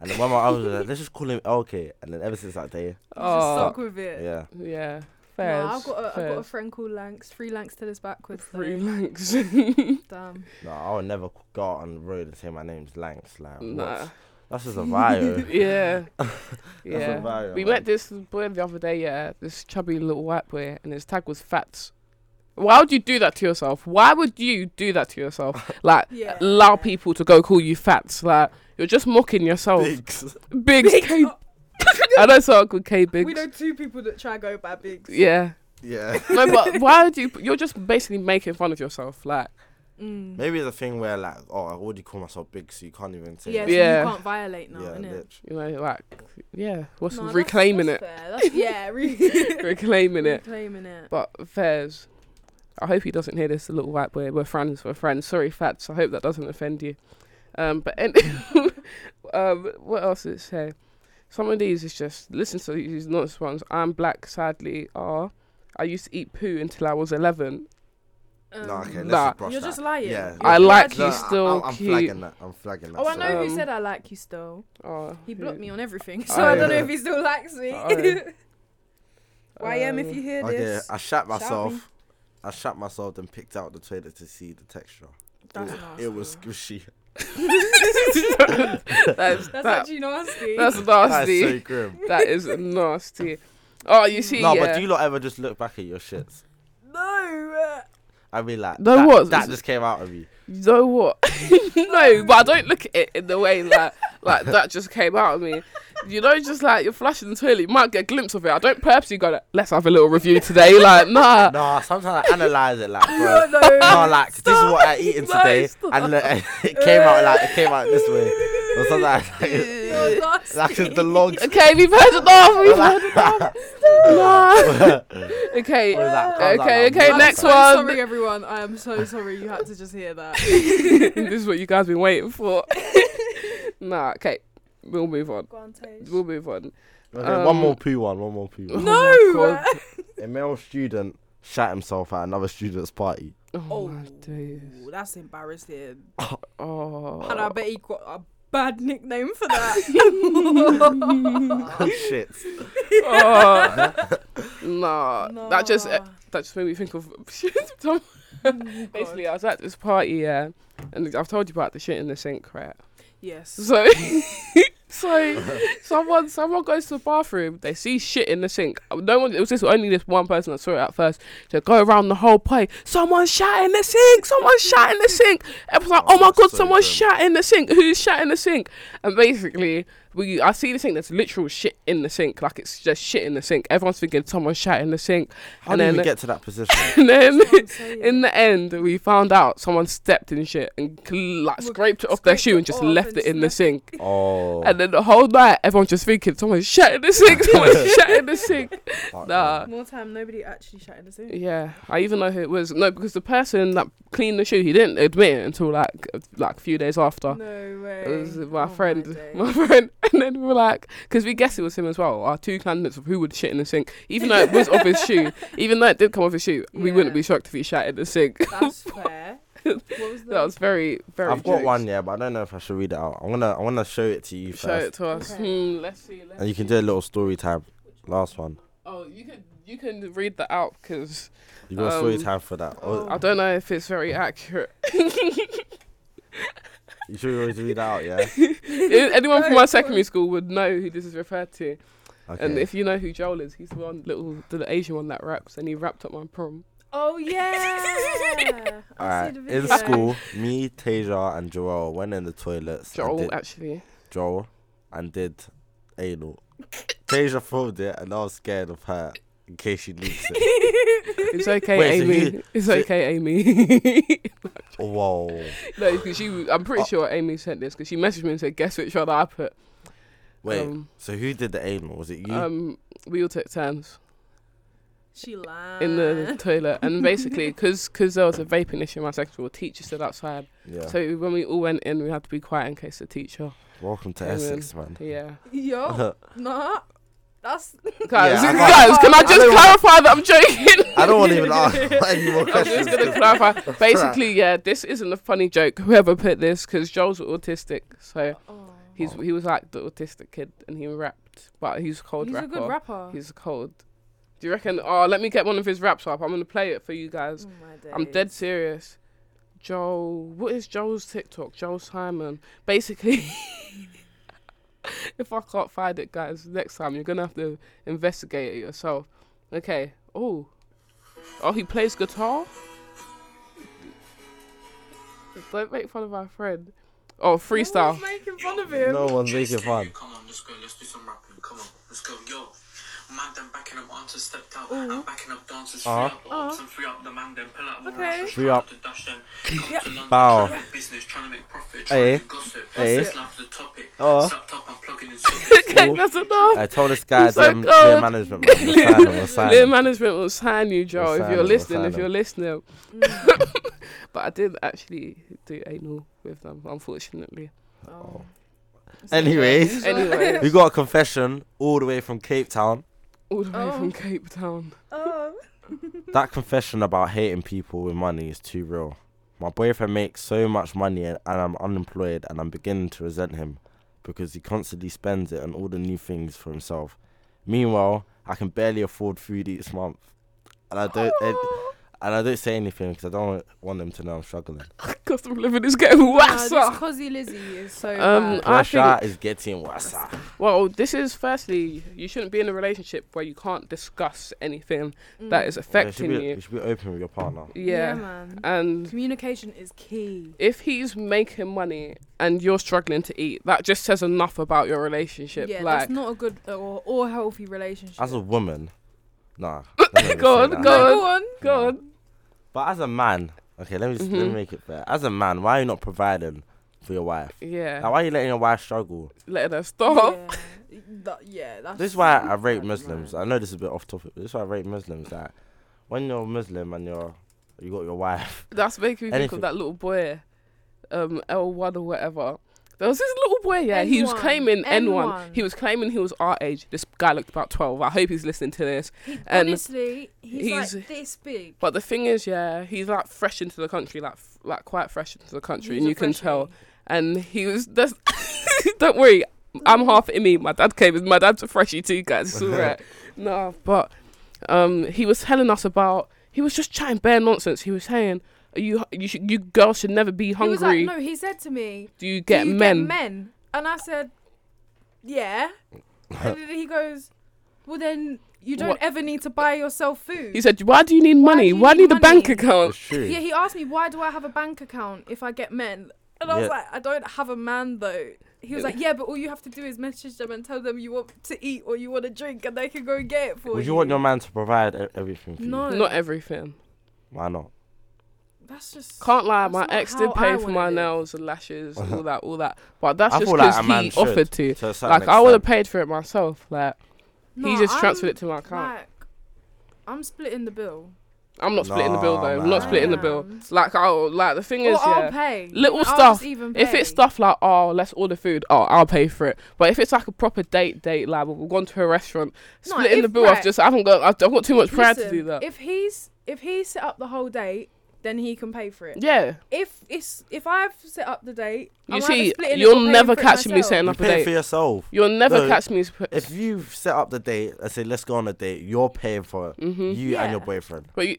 C: And then one of my others was like, let's just call him LK. And then ever since that day,
B: You just
A: Oh,
B: stuck with it.
C: yeah.
A: yeah. Fair.
B: Nah, I've got a, I've got a
A: Fairs.
B: friend called Lanks. Three Lanks till it's backwards. though.
A: Three Lanks.
B: Damn.
C: No, I would never c- go out on the road and say my name's Lanks. Like,
A: nah.
C: what's- That's just a bio.
A: yeah.
C: That's a
A: yeah.
C: bio.
A: We
C: man.
A: met this boy the other day, yeah, this chubby little white boy, and his tag was fats. Why would you do that to yourself? Why would you do that to yourself? Like,
B: Yeah.
A: allow people to go call you fats. Like, you're just mocking yourself.
C: Biggs.
A: Biggs, K. I know someone called K
B: Oh, We
A: Biggs.
B: know two people that try go by Biggs.
A: Yeah.
C: Yeah.
A: No, but why would you? You're just basically making fun of yourself. Like,
B: Mm.
C: Maybe it's a thing where like, oh, I already call myself big, so you can't even say.
B: Yeah,
C: that.
B: so
A: Yeah.
B: you can't violate now,
C: yeah,
B: innit?
C: literally.
A: you know, like, yeah, what's
B: No, that's-
A: reclaiming
B: that's
A: it?
B: fair. That's- yeah, re-
A: Reclaiming it.
B: reclaiming it.
A: But Fairs, I hope he doesn't hear this, the little white boy. We're friends, we're friends. Sorry, Fats, I hope that doesn't offend you. Um, but and, um, what else did it say? Some of these is just, listen to these nonsense ones. I'm black, sadly, are. I used to eat poo until I was 11.
C: No, okay, let's
A: Nah.
C: just brush
B: Um, You're
C: that.
B: just lying.
C: Yeah,
A: I
C: yeah.
A: like
C: No,
A: you
C: I-
A: still
C: I, am
A: cute.
C: flagging that. I'm flagging that.
B: Oh, I know
C: sorry.
B: who
A: Um,
B: said I like you still.
A: Oh,
B: He
A: who-
B: blocked me on everything, so
A: Oh,
B: I don't know
C: yeah.
B: if he still likes me.
A: Oh, yeah.
B: YM, if
A: Um,
B: you hear
C: Okay,
B: this,
C: I shat
B: Shout me.
C: myself. I shat myself, then picked out the trailer to see the texture.
B: that's
C: it,
B: nasty.
C: it was squishy.
A: that's,
B: That's
A: that-
B: actually nasty.
A: that's
C: That is so
A: nasty.
C: grim.
A: That is nasty. Oh, you see,
C: No,
A: yeah.
C: but do you lot ever just look back at your shits?
B: no.
C: I'd be like,
A: No,
C: that,
A: what?
C: That just came out of you.
A: You know what? no, but I don't look at it in the way that like that just came out of me. You know, just like you're flashing the toilet, you might get a glimpse of it. I don't purposely go like, let's have a little review today. Like, nah.
C: No, sometimes I analyze it like, bro.
B: No, no.
C: No, like this is what I eaten
A: No,
C: today,
A: stop.
C: and look, it came out like it came out this way, or something like that.
B: You're nasty.
C: Like it's the logs.
A: Okay, we've heard enough. We've heard enough. Nah. Okay.
C: Or that comes out
A: Okay,
C: like
A: okay,
C: that.
A: next
B: so
A: one.
B: Sorry, everyone. I am so sorry you had to just hear that.
A: this is what you guys been waiting for. nah, okay. We'll move on. We'll move on.
C: Okay, one
A: Um,
C: more poo one, one more poo one.
B: No.
A: God.
C: A male student shat himself at another student's party.
A: Oh,
B: Oh,
A: my days.
B: that's embarrassing. And I
A: Oh.
B: bet he got a bad nickname for that.
C: Shit.
A: oh. nah. Uh, That just
B: Nah. Oh,
A: that just made me think of basically uh,
B: God.
A: I was at this party, yeah, and I've told you about the shit in the sink, right?
B: yes.
A: So so someone someone goes to the bathroom, they see shit in the sink. No one it was just only this one person that saw it at first. So go around the whole party, someone shot in the sink, someone shot in the sink. Everyone's like,
C: Oh,
A: Oh, my
C: that's
A: god,
C: so
A: someone
C: grim.
A: shot in the sink. Who's shot in the sink? And basically we I see the sink, there's literal shit in the sink, like it's just shit in the sink. Everyone's thinking someone shot in the sink.
C: How
A: And
C: did
A: then-
C: we get to that position?
A: And then
B: That's what I'm saying.
A: in the end, we found out someone stepped in shit and cl- like
B: Well,
A: scraped it off their
B: scraped
A: shoe
B: it
A: and just
B: off
A: left
B: and
A: it in the
B: just
A: sink.
C: oh,
A: And then the whole night, everyone's just thinking, someone's shut in the sink, someone's shut in the sink.
C: fuck
A: Nah.
B: More time, nobody actually shot in the sink.
A: Yeah, I even know who it was. No, because the person that cleaned the shoe, he didn't admit it until like a- like a few days after.
B: No way.
A: It was my
B: Oh
A: friend,
B: days.
A: my, friend, and then we were like, because we guessed it was him as well. Our two candidates of who would shit in the sink, even though it was off his shoe, even though it did come off his shoe, we wouldn't
B: Yeah.
A: be shocked if he shat in the sink.
B: That's fair. What was
A: That was very, very.
C: I've got
A: jokes.
C: one, yeah, but I don't know if I should read it out. I'm gonna, I'm gonna show it to you
A: Show
C: first,
A: it to us.
B: Okay.
A: Hmm, let's see. Let's
C: and you can
A: see.
C: do a little story time. Last one.
A: Oh, you can you can read that out because
C: You got story
A: Um,
C: time for that. Oh, Or-
A: I don't know if it's very accurate.
C: You should always read it out, yeah.
A: If Anyone from
B: Go
A: my
B: on.
A: secondary school would know who this is referred to.
C: Okay.
A: And if you know who Joel is, he's the one little the Asian one that raps, and he rapped at my prom.
B: Oh yeah.
C: All
B: I
C: right.
B: see the
C: In
B: video.
C: school, me, Tasia, and Joel went in the toilets. and
A: Joel
C: did-
A: actually.
C: Joel and did anal. Tasia filmed it, and I was scared of her in case she leaks it.
A: It's okay,
C: Wait, so
A: Amy.
C: you-
A: it's
C: so-
A: okay, Amy.
C: Whoa.
A: no, because she. I'm
C: Oh.
A: pretty sure Amy sent this because she messaged me and said, "Guess which one I put."
C: Wait.
A: Um,
C: so who did the anal? Was it you?
A: um we all took turns.
B: She lied.
A: in the toilet, and basically, because there was a vaping issue in my secondary school, teacher stood outside.
C: yeah.
A: So when we all went in, we had to be quiet in case the teacher.
C: Welcome to
A: Amen.
C: Essex, man.
A: Yeah,
C: Uh-huh.
A: Oh.
B: Yo, nah. That's
A: guys, guys,
C: I
B: can't-
A: can I
B: I
A: just
C: don't wanna-
A: clarify that I'm joking?
C: I don't want to even ask any more
A: I'm just
C: questions.
A: gonna clarify. Basically, yeah, this isn't a funny joke. Whoever put this, because Joel's autistic, so
B: oh.
A: he's he was like the autistic kid, and he rapped, but he's a cold
B: He's
A: rapper.
B: a good rapper.
A: He's cold. Do you reckon? Oh, let me get one of his raps up. I'm gonna play it for you guys.
B: Oh my days.
A: I'm dead serious. Joel, what is Joel's TikTok? Joel Simon. Basically, if I can't find it, guys, next time you're gonna have to investigate it yourself. Okay. Oh. Oh, he plays guitar. Don't make fun of my friend. Oh, freestyle.
B: making fun of him.
C: No one's making
D: Jason,
C: fun.
D: Come on, let's go. Let's do some rapping. Come on, let's go. Yo, man, them backing up dancers stepped out. I'm backing up dancers. Free
C: Uh-huh.
D: up orbs and free up the man. Then pull out the
B: Okay.
D: rocks,
C: Free
D: try
C: up.
D: to dash them. Come to London,
C: Bow.
D: trying to make business, trying to make profit,
C: Hey.
D: trying to gossip.
C: Hey.
D: That's not the topic.
C: Uh-huh.
D: Sucked up, I'm plugging in sockets.
A: okay, that's enough.
C: I told this guy
A: He's so
C: to clear
A: good.
C: management. Man. We're signing, we're signing.
A: Lear management will sign you, Joe,
C: We'll
A: if
C: sign
A: you're
C: him, we'll
A: listening.
C: sign
A: If
C: him.
A: you're listening.
B: Mm,
A: but I did actually do anal with them, unfortunately.
B: Oh.
C: Anyways,
A: Anyway,
C: we got a confession all the way from Cape Town.
A: all the way
B: Oh.
A: from Cape Town.
B: Oh.
C: That confession about hating people with money is too real. My boyfriend makes so much money and and I'm unemployed and I'm beginning to resent him because he constantly spends it on all the new things for himself. Meanwhile, I can barely afford food each month. And I don't and I don't say anything because I don't want him to know I'm struggling.
A: Cost of living is getting
B: Nah,
A: worse.
B: this Cosy Lizzie is so
A: Um,
B: bad.
A: I
C: Pressure
A: think-
C: is getting worse.
A: Well, this is firstly, you shouldn't be in a relationship where you can't discuss anything that is
C: Yeah, you should
A: affecting
C: be,
A: you.
C: you should be open with your partner.
A: Yeah.
B: Mm. man.
A: And
B: Communication is key.
A: if he's making money and you're struggling to eat, that just says enough about your relationship.
B: Yeah,
A: like,
B: that's not a good or, or healthy relationship.
C: As a woman, nah.
A: Go on, go
B: No,
A: on.
B: go on. Mm-hmm.
A: God.
C: But as a man, okay, let me just, let me
A: Mhm.
C: make it fair. As a man, why are you not providing for your wife?
A: Yeah.
C: Like, why are you letting your wife struggle?
A: Letting her stop.
B: Yeah, That- yeah, that's
C: This is why I rate Muslims. I know this is a bit off topic, but this is why I rate Muslims. That when you're Muslim and you're you got your wife,
A: That's making me think
C: Anything.
A: of that little boy, um, L1 or whatever. There was this little boy, yeah, he was
B: N1.
A: claiming N1.
B: N1.
A: He was claiming he was our age. This guy looked about 12. I hope he's listening to this. and-
B: honestly, he's,
A: he's-
B: like this big.
A: But the thing is, yeah, he's like fresh into the country, like f- like quite fresh into the country,
B: He's
A: and
B: a
A: you can
B: freshie.
A: tell. And he was, that's, don't worry, I'm half Imi. My dad came, with my dad's a freshie too, guys. It's all right. no, but um, he was telling us about. He was just chatting bare nonsense. He was saying, "You you should, you girls should never be
B: He
A: hungry.
B: was like, no, he said to me,
A: Do you
B: "Do
A: get
B: you
A: men?"
B: Get men, and I said, yeah. and then he goes, well then you don't
A: What-
B: ever need to buy yourself food.
A: He said, "Why do you need money?
B: do you
A: Why do you
B: need
A: need a bank
B: money?"
A: account?"
C: it's true.
B: yeah, he asked me why do I have a bank account if I get men, and I was
C: Yeah.
B: like, I don't have a man though. He was like, yeah, but all you have to do is message them and tell them you want to eat or you want a drink, and they can go get it for you.
C: Would you want your man to provide e- everything for
B: No.
C: you?
A: Not everything.
C: Why not?
B: That's just
A: Can't lie,
B: That's
A: my
B: not
A: ex did
B: how I
A: pay for
B: wanna
A: my
B: live.
A: nails and lashes, all that, all that. But that's
C: Uh-huh. I
A: just
C: feel like
A: because
C: a man
A: he
C: should,
A: offered to.
C: to a certain
A: Like I would have
C: extent.
A: paid for it myself. Like he
B: No,
A: just
B: I'm
A: transferred it to my account.
B: Like, I'm splitting the bill.
A: I'm not splitting the bill
C: Nah,
A: though. I'm not
C: man.
A: splitting the bill.
B: Damn.
A: Like I like the thing
B: Or
A: is
B: I'll
A: yeah.
B: pay.
A: Little
B: I'll
A: stuff.
B: just even
A: If
B: pay.
A: it's stuff like oh let's order food oh I'll pay for it but if it's like a proper date date like we've gone to a restaurant
B: No,
A: splitting the
B: if-
A: bill I've
B: right.
A: just I haven't got I've, I've got too much pride to
B: Listen,
A: do that
B: If he's if he's set up the whole date, then he can pay for it.
A: yeah
B: If it's if I've set up the date,
A: you
B: I'm either
A: see
B: splitting it or
A: you'll
B: paying
A: never
B: for it
A: catch me
B: myself.
A: setting
C: You
A: up a
C: pay it for
A: date
C: yourself.
A: you'll never
C: No,
A: catch me sp-
C: If you set up the date, let's say let's go on a date. You're paying for it.
A: Mhm.
C: You
B: Yeah.
C: and your boyfriend.
A: But you,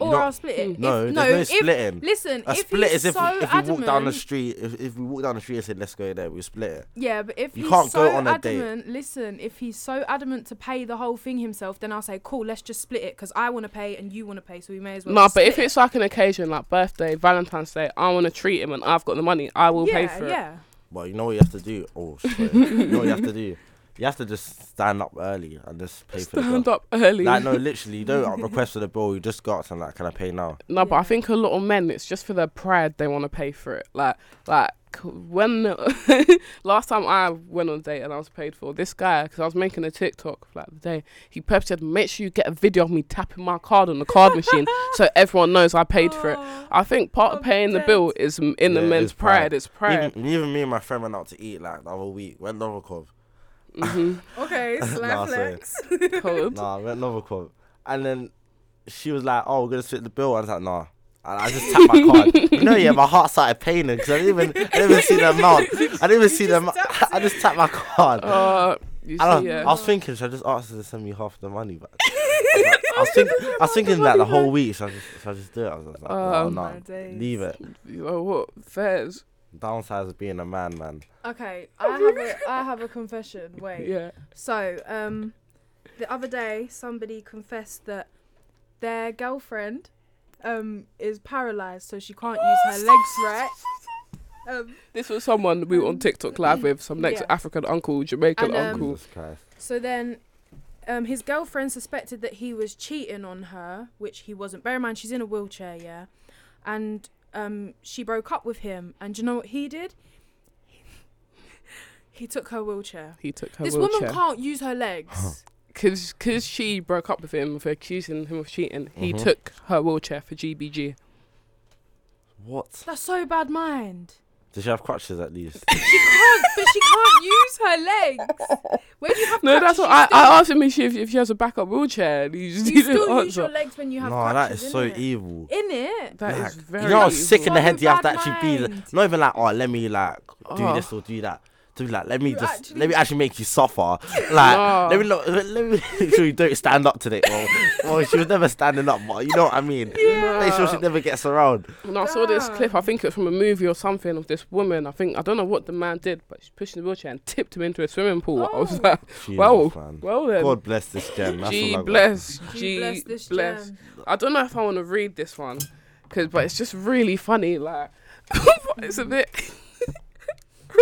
B: or
C: Not-
B: I'll split it.
C: No,
B: Mm-hmm. if,
C: there's no
B: if-
C: splitting.
B: Listen,
C: A
B: if
C: split
B: he's
C: is if,
B: so
C: if we
B: adamant,
C: walk down the street. If, if we walk down the street and say let's go there, we split it.
B: Yeah, but if
C: You
B: he's
C: can't
B: so
C: go on a date.
B: adamant, listen, if he's so adamant to pay the whole thing himself, then I'll say, cool, let's just split it because I want to pay and you want to pay, so we may as well.
A: no,
B: just
A: but if
B: split
A: it's like an occasion like birthday, Valentine's Day, I want to treat him and I've got the money, I will
B: it. yeah,
A: pay for it.
B: yeah,
C: Well, you know what you have to do. Oh, sorry. you know what you have to do. You have to just stand up early and just pay for the
A: Stand
C: bill.
A: up early.
C: Like no, literally, you don't request for the bill. You just go up and like, can I pay now?
A: No, but I
B: Yeah.
A: think a lot of men, it's just for their pride they want to pay for it. Like, like when last time I went on a date and I was paid for, this guy, because I was making a TikTok like the day, he perp said, make sure you get a video of me tapping my card on the card machine so everyone knows I paid for it.
B: Oh.
A: I think part of
B: I'm
A: paying the
B: dead.
A: bill is m- in the
C: Yeah,
A: men's
C: it's pride.
A: pride. It's pride.
C: Even, even me and my friend went out to eat like the other week. Went Novikov.
A: Mhm.
B: Okay,
C: Nah,
B: slap
C: sorry.
B: flex.
A: Cold.
C: Nah, went Novikov. And then she was like, "Oh, we're gonna split the bill." I was like, "Nah." And I just tapped my card. You know, yeah, my heart started paining because I didn't even, I didn't even see the amount. I didn't even see the amount. I just tapped my card.
A: Uh, you
C: I,
A: see,
C: don't-
A: yeah.
C: I was thinking, should I just ask her to send me half the money back? I was think, I was thinking that the whole week. Should I just, should I just do oh, it? I was just like,
A: Um,
C: no,
B: Oh, My
C: no,
B: days.
C: leave it.
A: you know what? Fairs.
C: Downsides of being a man, man.
B: Okay, I have a I have a confession. Wait.
A: Yeah.
B: So, um, the other day somebody confessed that their girlfriend um is paralyzed, so she can't use her legs right. Um,
A: This was someone we were on TikTok live with, some next
B: Mm-hmm. Yeah.
A: African uncle, Jamaican
B: And, um,
A: uncle.
C: Jesus Christ.
B: so then. Um, his girlfriend suspected that he was cheating on her, which he wasn't. Bear in mind, she's in a wheelchair, yeah. And um, she broke up with him. And do you know what he did? he took her wheelchair.
A: He took her
B: this
A: wheelchair.
B: woman can't use her legs.
A: Cause, cause she broke up with him for accusing him of cheating. He
C: Mhm.
A: took her wheelchair for GBG.
C: What?
B: That's so bad mind.
C: Does she have crutches at least?
B: Can't, but she can't use her legs. When you have
A: No, that's
B: crutches,
A: what I, I asked him if she, if she has a backup wheelchair. And he just
B: You
A: didn't
B: still
A: answer.
B: use your legs when you have
C: no, that
B: crutches.
C: is so
B: innit?
C: evil.
B: In it.
A: That is
C: Like,
A: very.
C: you know how
A: evil.
C: sick in the
B: So
C: head you have to
B: bad
C: actually be.
B: mind.
C: Not even like, oh, let me like do
A: Oh.
C: this or do that. Do like, let me
B: You
C: just,
B: actually-
C: let me actually make you suffer. Like,
A: No.
C: let me not, let me make sure you don't stand up today. Well, well, she was never standing up, but you know what I mean. Make sure she never gets around.
A: When I saw this clip, I think it was from a movie or something of this woman. I think I don't know what the man did, but she pushed the wheelchair and tipped him into a swimming pool. I was
B: Oh.
A: like,
C: Jesus,
A: Well,
C: man.
A: well then.
C: God bless this gem. That's all
A: G
C: I got.
A: bless,
B: Gee,
A: G
B: bless
A: bless.
B: this gem.
A: I don't know if I want to read this one, cause but it's just really funny. Like, it's a bit.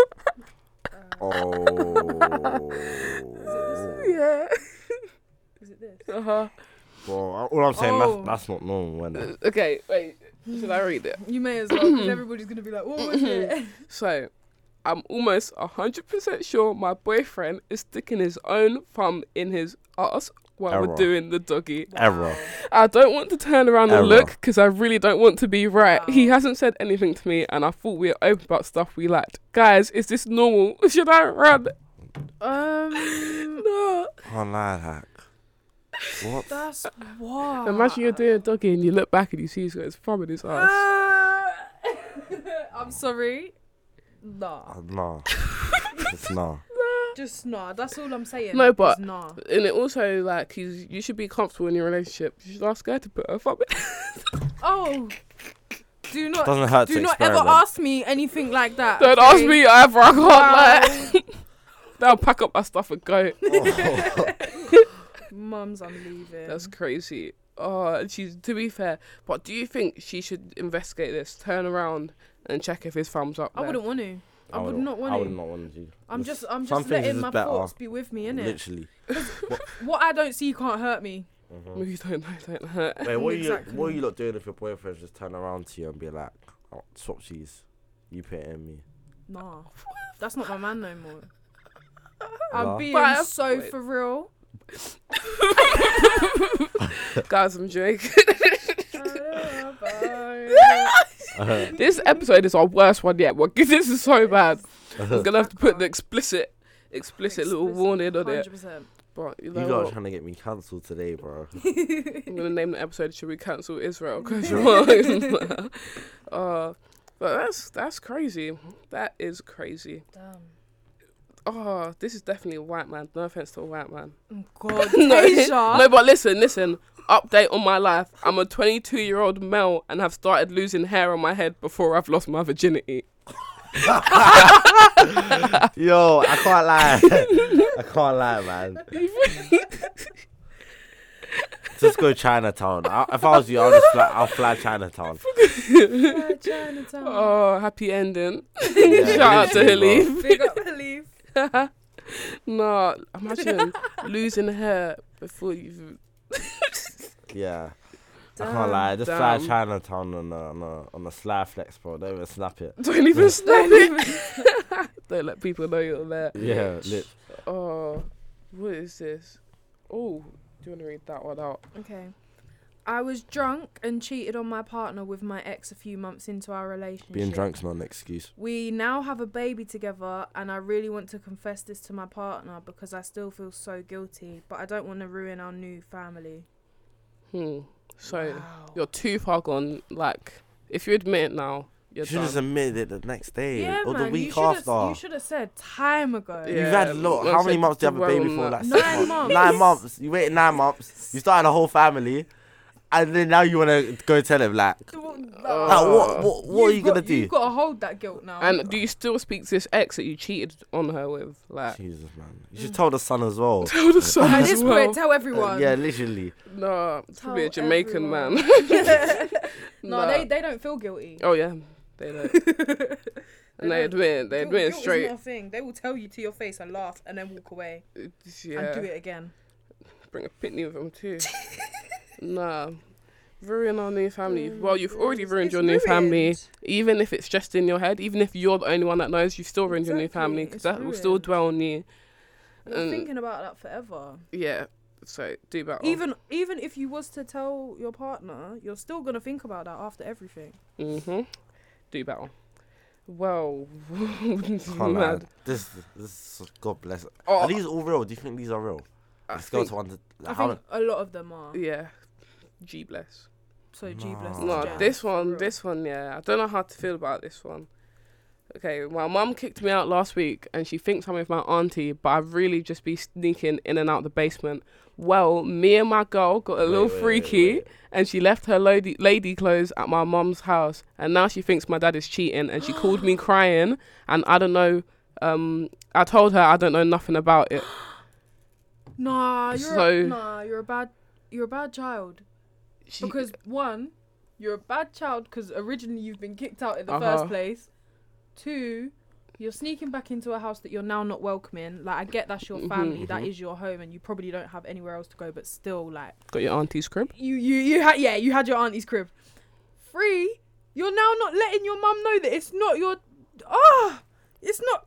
C: Oh.
A: Yeah.
B: Is it this?
A: Uh huh.
C: Well, all I'm saying,
B: Oh. Uh.
C: that's, that's not normal, innit?
A: Okay, wait. Should I read it?
B: You may as well, because everybody's gonna be like, "What was it?"
A: So, I'm almost 100% sure my boyfriend is sticking his own thumb in his ass while
C: Error.
A: we're doing the doggy.
C: Error.
A: I don't want to turn around
C: Error.
A: and look because I really don't want to be right.
B: Wow.
A: He hasn't said anything to me, and I thought we were open about stuff we liked. Guys, is this normal? Should I run?
B: Um,
A: No.
C: Oh, nah, like, what?
B: that's what.
A: Imagine you're doing a doggy and you look back and you see he's got his thumb in his ass.
B: Uh, I'm sorry. Nah,
C: Uh, nah. it's nah.
B: just nah. That's all I'm saying.
A: No, but-
B: Just nah.
A: And it also like he's, you should be comfortable in your relationship. You should ask her to put her thumb. in-
B: Oh, do not
C: Doesn't hurt
B: Do
C: to
B: not
C: experiment.
B: ever ask me anything like that.
A: Don't
B: okay?
A: ask me either. I can't like. They'll pack up my stuff and go.
C: Oh.
B: Mums, I'm leaving.
A: That's crazy. Oh, and she's to be fair, but do you think she should investigate this, turn around and check if his thumb's up?
B: I
A: there?
B: wouldn't want to. I, would
C: wouldn't-
B: not
C: I
B: want
C: would
B: to.
C: not want to.
B: I'm
C: There's
B: just, I'm
C: some
B: just
C: things
B: letting
C: is
B: my
C: better.
B: thoughts be with me, innit?
C: Literally.
B: What I don't see can't hurt me.
A: We don't know, don't hurt.
C: Wait, what are you what are
B: Mm-hmm. Exactly.
C: you lot doing if your boyfriend just turn around to you and be like, oh, swap cheese, you put it in me.
B: Nah, that's not my man no more. I'm
C: Nah.
B: being
A: But I-
B: so
A: wait.
B: for real.
A: Guys, I'm joking. this episode is our worst one yet. What? This is so bad. I'm gonna have to put the explicit, explicit, little warning on it.
B: 100%.
A: But you
C: You
A: know
C: lot are
A: what?
C: trying to get me cancelled today, bro.
A: I'm gonna name the episode "Should We Cancel Israel?" 'Cause you're- uh, but that's that's crazy. That is crazy.
B: Damn.
A: Oh, this is definitely a white man. No offense to a white man.
B: God,
A: no,
B: Tasia.
A: no, but listen, listen. Update on my life. I'm a 22 year old male and have started losing hair on my head before I've lost my virginity.
C: Yo, I can't lie. I can't lie, man. just go Chinatown. I, if I was you, I'll just fly. I'll fly Chinatown.
B: Yeah, Chinatown.
A: Oh, happy ending.
C: Yeah,
A: Shout out to
C: literally, bro.
A: Hilly.
B: Big up, Halif.
A: no, imagine losing hair before you've.
C: Yeah. I
B: Damn.
C: can't lie. Just fly
A: Damn.
C: Chinatown on a, on a on a sly flex, bro. Don't even snap it.
A: Don't even snap it. Don't let people know you're there.
C: Yeah, lit.
A: Oh, what is this? Oh, do you want to read that one out?
B: Okay. I was drunk and cheated on my partner with my ex a few months into our relationship.
C: Being drunk's not an excuse.
B: We now have a baby together, and I really want to confess this to my partner because I still feel so guilty, but I don't want to ruin our new family.
A: Hmm. So
B: Wow.
A: you're too far gone. Like, if you admit it now, you're
C: You should just
A: done.
C: admit it the next day
B: yeah,
C: or
B: man,
C: the week
B: you shoulda-
C: after.
B: You should have said time ago.
A: Yeah.
C: You've had a lot.
A: Well
C: How many
A: said,
C: months do you have a
A: well
C: baby
A: done.
C: for? Like six
B: Nine months.
C: Nine months. You waited nine months. You started a whole family, and then now you wanna go tell him like,
A: Uh,
C: like, what, what, what are you
B: got,
C: gonna do?
B: You've got to hold that guilt now.
A: And do you still speak to this ex that you cheated on her with? Like,
C: Jesus man, you should tell the son as well.
A: tell the son
B: At
A: as
B: this
A: well.
B: point, tell everyone.
C: Uh, yeah, literally.
A: Nah, it's probably a
B: Tell
A: Jamaican
B: everyone.
A: man.
B: no,
A: Nah.
B: they, they don't feel guilty.
A: Oh yeah, they don't. and they
B: don't-
A: admit, they
B: Guilt-
A: admit
B: guilt is
A: straight.
B: not a thing. They will tell you to your face and laugh and then walk away and do
A: Yeah,
B: it again.
A: bring a pitney with them too. nah, ruin our new family.
B: Oh, Mm.
A: well, you've already ruined your new family. Even if it's just in your head, even if you're the only one that knows, you've still ruined your new family
B: Exactly,
A: because
B: it's
A: that will still
B: ruined.
A: dwell on you.
B: You're
A: And-
B: thinking about that forever.
A: Yeah, so do better.
B: Even even if you was to tell your partner, you're still gonna think about that after everything.
A: hmm do better. Well,
C: Can't lie.
A: mad.
C: This, this, is- God bless.
A: Oh,
C: Are these all real? Do you think these are real?
A: I
C: Let's go
A: think-
C: to one. Like,
B: I
C: how,
B: think a lot of them are.
A: yeah, G bless.
B: So G
C: Nah.
B: bless.
C: Oh,
A: No,
C: yeah.
A: this
B: For
A: one,
B: real.
A: this one, yeah. I don't know how to feel about this one. Okay, my mum kicked me out last week and she thinks I'm with my auntie, but I really just be sneaking in and out the basement. Well, me and my girl got a
C: Wait,
A: little
C: wait, wait,
A: freaky
C: wait.
A: and she left her lady, lady clothes at my mum's house and now she thinks my dad is cheating and she called me crying and I don't know. Um, I told her I don't know nothing about it.
B: Nah, you're
A: So-
B: a, nah, you're a bad you're a bad child.
A: She,
B: Because one, you're a bad child because originally you've been kicked out in the
A: Uh-huh.
B: first place. Two, you're sneaking back into a house that you're now not welcome in. Like I get that's your
A: Mhm,
B: family, that
C: mhm.
B: is your home, and you probably don't have anywhere else to go. But still, like
A: got your auntie's crib.
B: you, you, you had yeah, you had your auntie's crib. Three, you're now not letting your mum know that it's not your. Oh, it's not.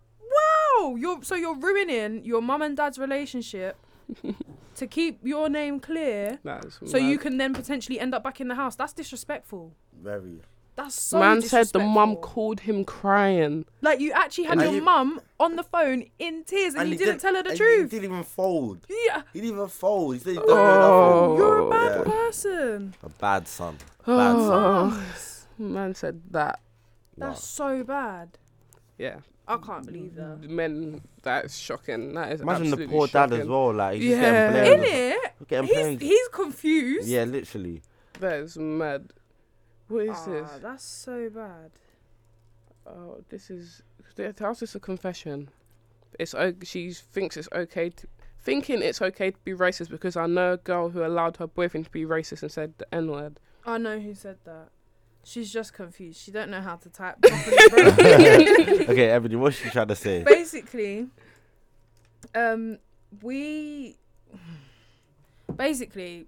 B: Wow, you're so you're ruining your mum and dad's relationship to keep your name clear.
A: That is
B: So you
A: mad.
B: can then potentially end up back in the house. That's disrespectful.
C: very.
B: That's so
A: Man said the mum
B: disrespectful.
A: called him crying.
B: Like you actually had
C: And
B: your
C: you-
B: mum on the phone in tears and, you
C: he
B: didn't, tell her the
C: and
B: truth.
C: He didn't even fold.
B: yeah.
C: He didn't even fold. He said he don't know
A: Oh.
C: nothing.
B: You're a bad
C: Yeah.
B: person.
C: A bad son. Bad son.
A: Oh,
B: That's
A: man said that.
C: Wow.
B: so bad.
A: Yeah,
B: I can't believe that.
A: men. That's shocking. That is
C: Imagine the
A: absolutely
C: poor
A: shocking.
C: dad as well. Like he's
A: Yeah.
C: yeah. getting
B: In
C: blamed.
B: it,
C: Getting
B: he's
C: blamed.
B: he's confused.
C: yeah, literally.
A: That is mad. What is
B: Ah,
A: this?
B: that's so bad.
A: Oh, this is. th- How's this a confession? It's o- she thinks it's okay to thinking it's okay to be racist because I know a girl who allowed her boyfriend to be racist and said the n word.
B: I know who said that. She's just confused. She don't know how to type properly. bro.
C: okay, Ebony, what's she trying to say?
B: basically, um, we basically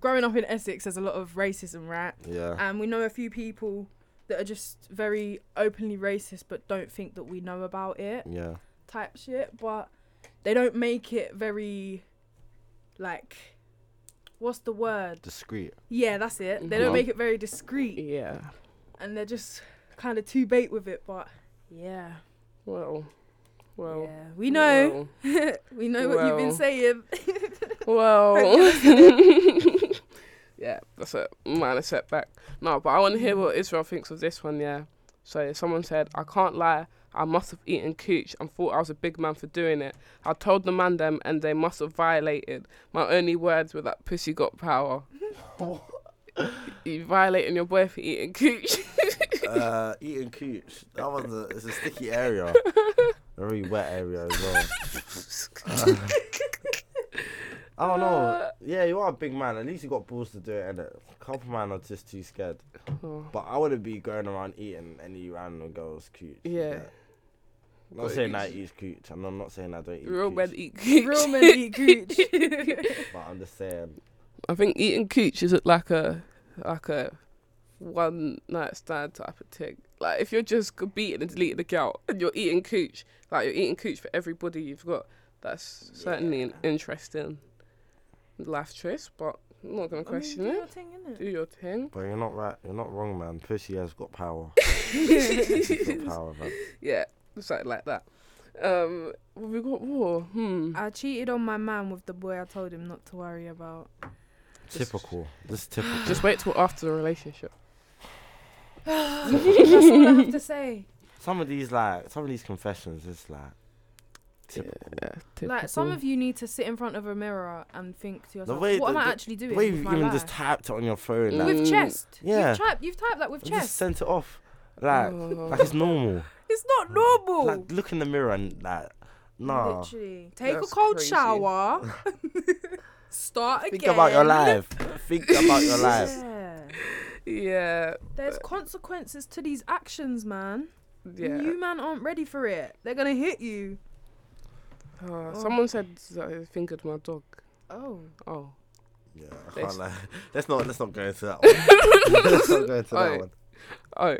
B: growing up in Essex, there's a lot of racism, right?
C: Yeah.
B: And we know a few people that are just very openly racist, but don't think that we know about it,
C: Yeah.
B: type shit. But they don't make it very, like, what's the word?
C: Discreet.
B: Yeah, that's it. They don't
A: Mhm.
B: make it very discreet,
A: Yeah.
B: and they're just kind of too bait with it. But yeah,
A: Well. Well.
B: yeah, we know. we know what
A: Well.
B: you've been saying.
A: Well. yeah, that's a minor setback. No, but I want to hear what Israel thinks of this one. Yeah. So someone said, I can't lie. I must have eaten cooch and thought I was a big man for doing it. I told the man them, and they must have violated. My only words were that pussy got power. you violating your boy for eating cooch.
C: uh, eating cooch. That one's a, it's a sticky area. a really wet area as well. I don't
A: Uh.
C: know. Yeah, you are a big man. At least you got balls to do it, innit? A couple man are just too scared.
A: Oh,
C: But I wouldn't be going around eating any random girl's cooch. you
A: Yeah.
C: get. I'm not
A: But
C: saying I
A: it's-
C: eat cooch, and I'm not saying I don't eat
A: real
C: cooch,
A: men eat cooch.
B: Real men eat cooch.
C: but I'm just saying.
A: I think eating cooch is like a like a one night stand type of thing. Like if you're just g- beating and deleting the girl and you're eating cooch, like you're eating cooch for everybody you've got, that's certainly an interesting life choice. But I'm not gonna question
B: I mean, do
A: it.
B: your thing, innit?
A: Do your thing.
C: But you're not right. You're not wrong, man. Pussy has got power. Pussy's got power, man.
A: Yeah, something like that. Um, what we got more. Hmm.
B: I cheated on my man with the boy I told him not to worry about.
C: Typical. This is typical.
A: Just wait till after the relationship.
B: That's all I have to say.
C: Some of these like some of these confessions, it's like Typical.
A: Yeah,
B: Like some
A: typical.
B: of you need to sit in front of a mirror and think to yourself,
C: way
B: what am
C: the-
B: I
C: the-
B: actually doing
C: The way
B: with
C: you've
B: my
C: even
B: life?
C: just typed it on your phone,
A: Mm.
C: like,
B: with
A: Mm.
B: chest.
C: Yeah.
B: You've typed, you've typed that with
C: I just
B: chest.
C: sent it off, like,
A: Oh.
C: like it's normal.
B: It's not normal.
C: Like, look in the mirror and like, nah.
B: Literally. Take
A: That's
B: a cold
A: crazy.
B: shower. Start
C: Think
B: again.
C: about your life. Think about your life.
B: Yeah.
A: yeah,
B: There's consequences to these actions, man.
A: yeah.
B: You man aren't ready for it. They're gonna hit you.
A: Uh, Someone said that I fingered my dog.
B: Oh.
A: Oh,
C: Yeah, I
A: Let's-
C: can't lie. Let's not let's not go into that one. let's not go into
A: Alright.
C: that one.
A: oh.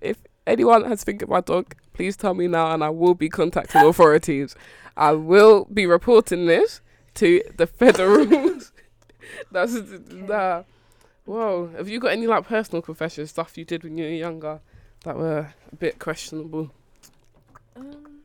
A: If anyone has fingered my dog, please tell me now, and I will be contacting authorities. I will be reporting this to the federal. That's nah. Whoa. Have you got any like personal confessions stuff you did when you were younger that were a bit questionable?
B: Um,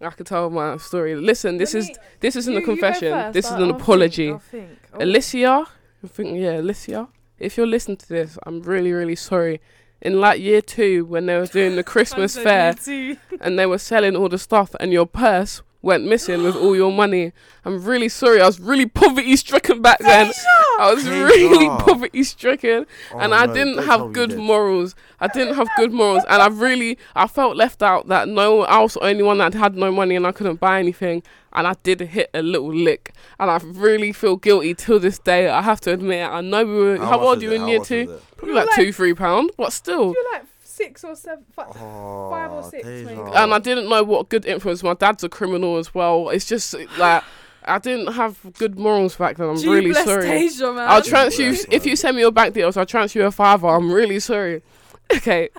A: I could tell my story. Listen, this
B: let
A: is
B: me-
A: this isn't
B: you-
A: a
B: you go
A: confession.
B: first.
A: this
B: I-
A: is an
B: I'll think,
A: apology.
B: I'll think. Oh,
A: Alicia, I think yeah, Alicia. If you're listening to this, I'm really, really sorry. In like year two, when they were doing the Christmas
B: Sunday
A: fair
B: tea.
A: and they were selling all the stuff, and your purse went missing with all your money, I'm really sorry. I was really poverty stricken back then. Oh. I was
C: Deja.
A: really poverty stricken,
C: Oh,
A: and I
C: no,
A: didn't
C: don't tell
A: have
C: me
A: good
C: this.
A: morals. I didn't have good morals, and I really I felt left out. That no, I was the only one that had no money, and I couldn't buy anything. And I did hit a little lick, and I really feel guilty till this day. I have to admit, it. I know we were. How,
C: much
A: old
C: is
A: you
C: it?
A: in
C: How
A: year
C: much is
A: two?
C: it?
A: Probably
B: You were
A: like,
B: like-
A: two, three pound, but still.
B: You're like six or seven. Five, five or
C: Oh,
B: six, maybe.
C: Deja.
A: And I didn't know what good influence. My dad's a criminal as well. It's just like I didn't have good morals back then. I'm
B: Gee,
A: really
B: bless
A: sorry.
B: Tasia, man.
A: I'll transfer you
C: Bless
A: if
C: her.
A: you send me your bank details. I'll transfer you a fiver. I'm really sorry. Okay.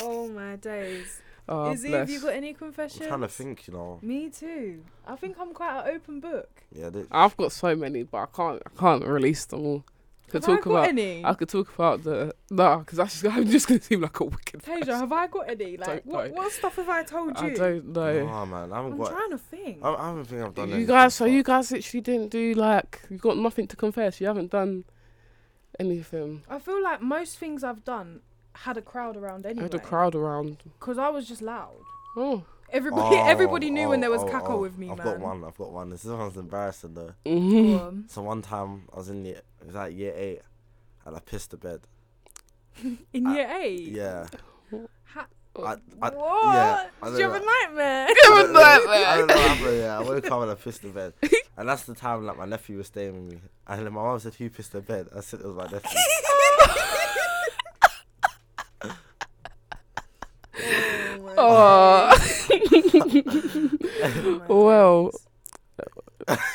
B: oh my days.
A: Oh,
B: Izzy,
A: bless.
B: have you got any
C: I'm trying
B: confessions?
C: to think, you know.
B: Me too. I think I'm quite an open book.
C: Yeah, they,
A: I've got so many, but I can't. I can't release them all. Could
B: Have I
A: talk
B: got
A: about.
B: any?
A: I could talk about the nah, because that's just, I'm just gonna seem like a wicked.
B: Tasia, have I got any? Like,
A: Don't
B: what,
A: know.
B: what stuff have I told you?
A: I don't know.
C: nah, man, I haven't
B: am
C: got.
B: trying to think.
C: I, I don't think I've done.
A: you
C: anything
A: guys, so
C: far.
A: you guys literally didn't do like you got nothing to confess. You haven't done anything.
B: I feel like most things I've done had a crowd around
A: I
B: anyway.
A: had a crowd around.
B: Because I was just loud.
A: Oh,
B: Everybody,
C: Oh,
B: everybody knew when
C: oh,
B: there was
C: oh,
B: cackle
C: oh.
B: with me,
C: I've
B: man.
C: got one. I've got one. This one's embarrassing though.
A: Mhm.
B: Um,
C: So one time I was in the, it was like year eight, and I pissed the bed.
B: in
C: I-
B: year eight.
C: Yeah.
B: Ha-
C: I, I,
B: What?
C: yeah, I
B: Did
C: don't
B: you have a
C: know.
B: nightmare?
C: I don't know-
A: nightmare?
C: I don't know what happened, yeah. I woke up and I pissed the bed. And that's the time like my nephew was staying with me. And then my mum said, Who pissed the bed? I said it was my nephew.
A: Oh. well,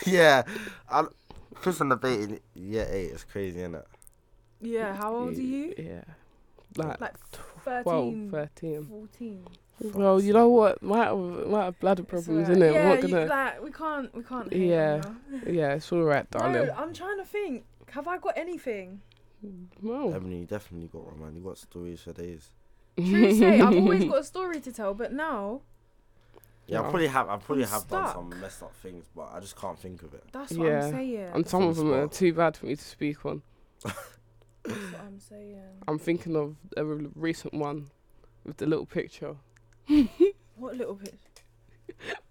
C: yeah. I'm pissing the bed in year eight is crazy, isn't it?
B: yeah, how old are you?
A: Yeah. Like,
B: Like
A: 12,
B: 13,
A: 13.
B: 14.
A: Well, you know what? Might have, might have bladder problems,
B: It's
A: innit?
B: alright. Yeah,
A: I'm not
B: you,
A: gonna.
B: like, we can't, we can't. hate on
A: Yeah,
B: her.
A: Yeah, it's all right, darling.
B: No, I'm trying to think. Have I got anything?
A: No.
C: Ebony, you definitely got one, man. You got stories for days.
B: True say, I've always got a story to tell, but now
C: Yeah, I
A: No.
C: probably have. I probably
B: I'm
C: have done
B: stuck.
C: some messed up things, but I just can't think of it.
B: that's what
A: Yeah.
B: I'm saying.
A: And some
C: on
A: of
C: the
A: them are
C: spot.
A: too bad for me to speak on.
B: that's what I'm saying.
A: I'm thinking of a re- recent one with the little picture
B: What little bit?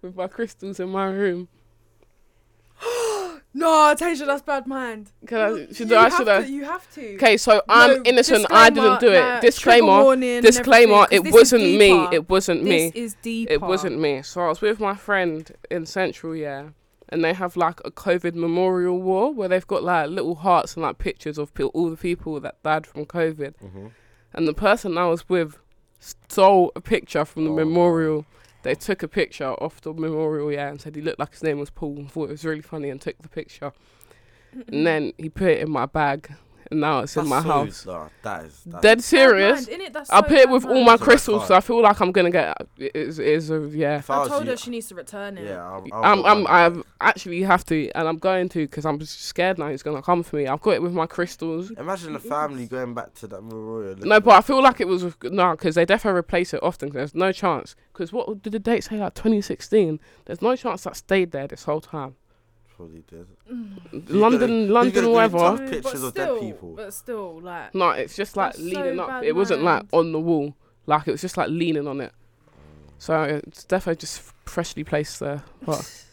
A: with my crystals in my room.
B: No, Tasia, that's bad mind.
A: Can I?
B: You-
A: Should
B: you
A: I?
B: have
A: Should
B: to-
A: I?
B: You have to.
A: Okay, so I'm
B: No,
A: innocent. I didn't do
B: disclaimer,
A: it.
B: nah, trigger
A: disclaimer.
B: warning and
A: Disclaimer.
B: everything,
A: It
B: 'cause this is
A: wasn't me.
B: deeper.
A: It wasn't me.
B: This is deep.
A: It wasn't me. So I was with my friend in Central, yeah, and they have like a COVID memorial wall where they've got like little hearts and like pictures of pe- all the people that died from COVID.
C: Mm-hmm.
A: And the person I was with stole a picture from the
C: Oh.
A: memorial. They took a picture off the memorial, yeah, and said he looked like his name was Paul and thought it was really funny and took the picture. and then he put it in my bag, and now it's in my house.
C: Nah, that is. That
A: Dead serious. I put it with all my
C: That's a red
A: crystals, so I
C: card.
A: feel like I'm gonna get. It is, it is a, yeah.
C: If
B: I
C: was
B: told
C: you-
B: her she needs to return it.
C: Yeah, I'll, I'll
A: I'm,
C: go
A: I'm,
C: back.
A: I actually have to, and I'm going to because I'm scared now he's gonna come for me. I've got it with my crystals.
C: Imagine the family going back to that memorial.
A: No, but I feel like it was no, because they definitely replace it often. 'cause there's no chance. Because what did the date say? Like 2016. There's no chance that stayed there this whole time.
C: Probably did.
A: London,
C: gonna-
A: London,
C: who's gonna do
A: whatever.
C: it? pictures of dead
B: still,
C: people.
B: But still, like,
A: No, it's just like
B: That's so
A: leaning up.
B: bad
A: It wasn't like
B: mind.
A: on the wall. Like it was just like leaning on it. So it's definitely just freshly placed there. But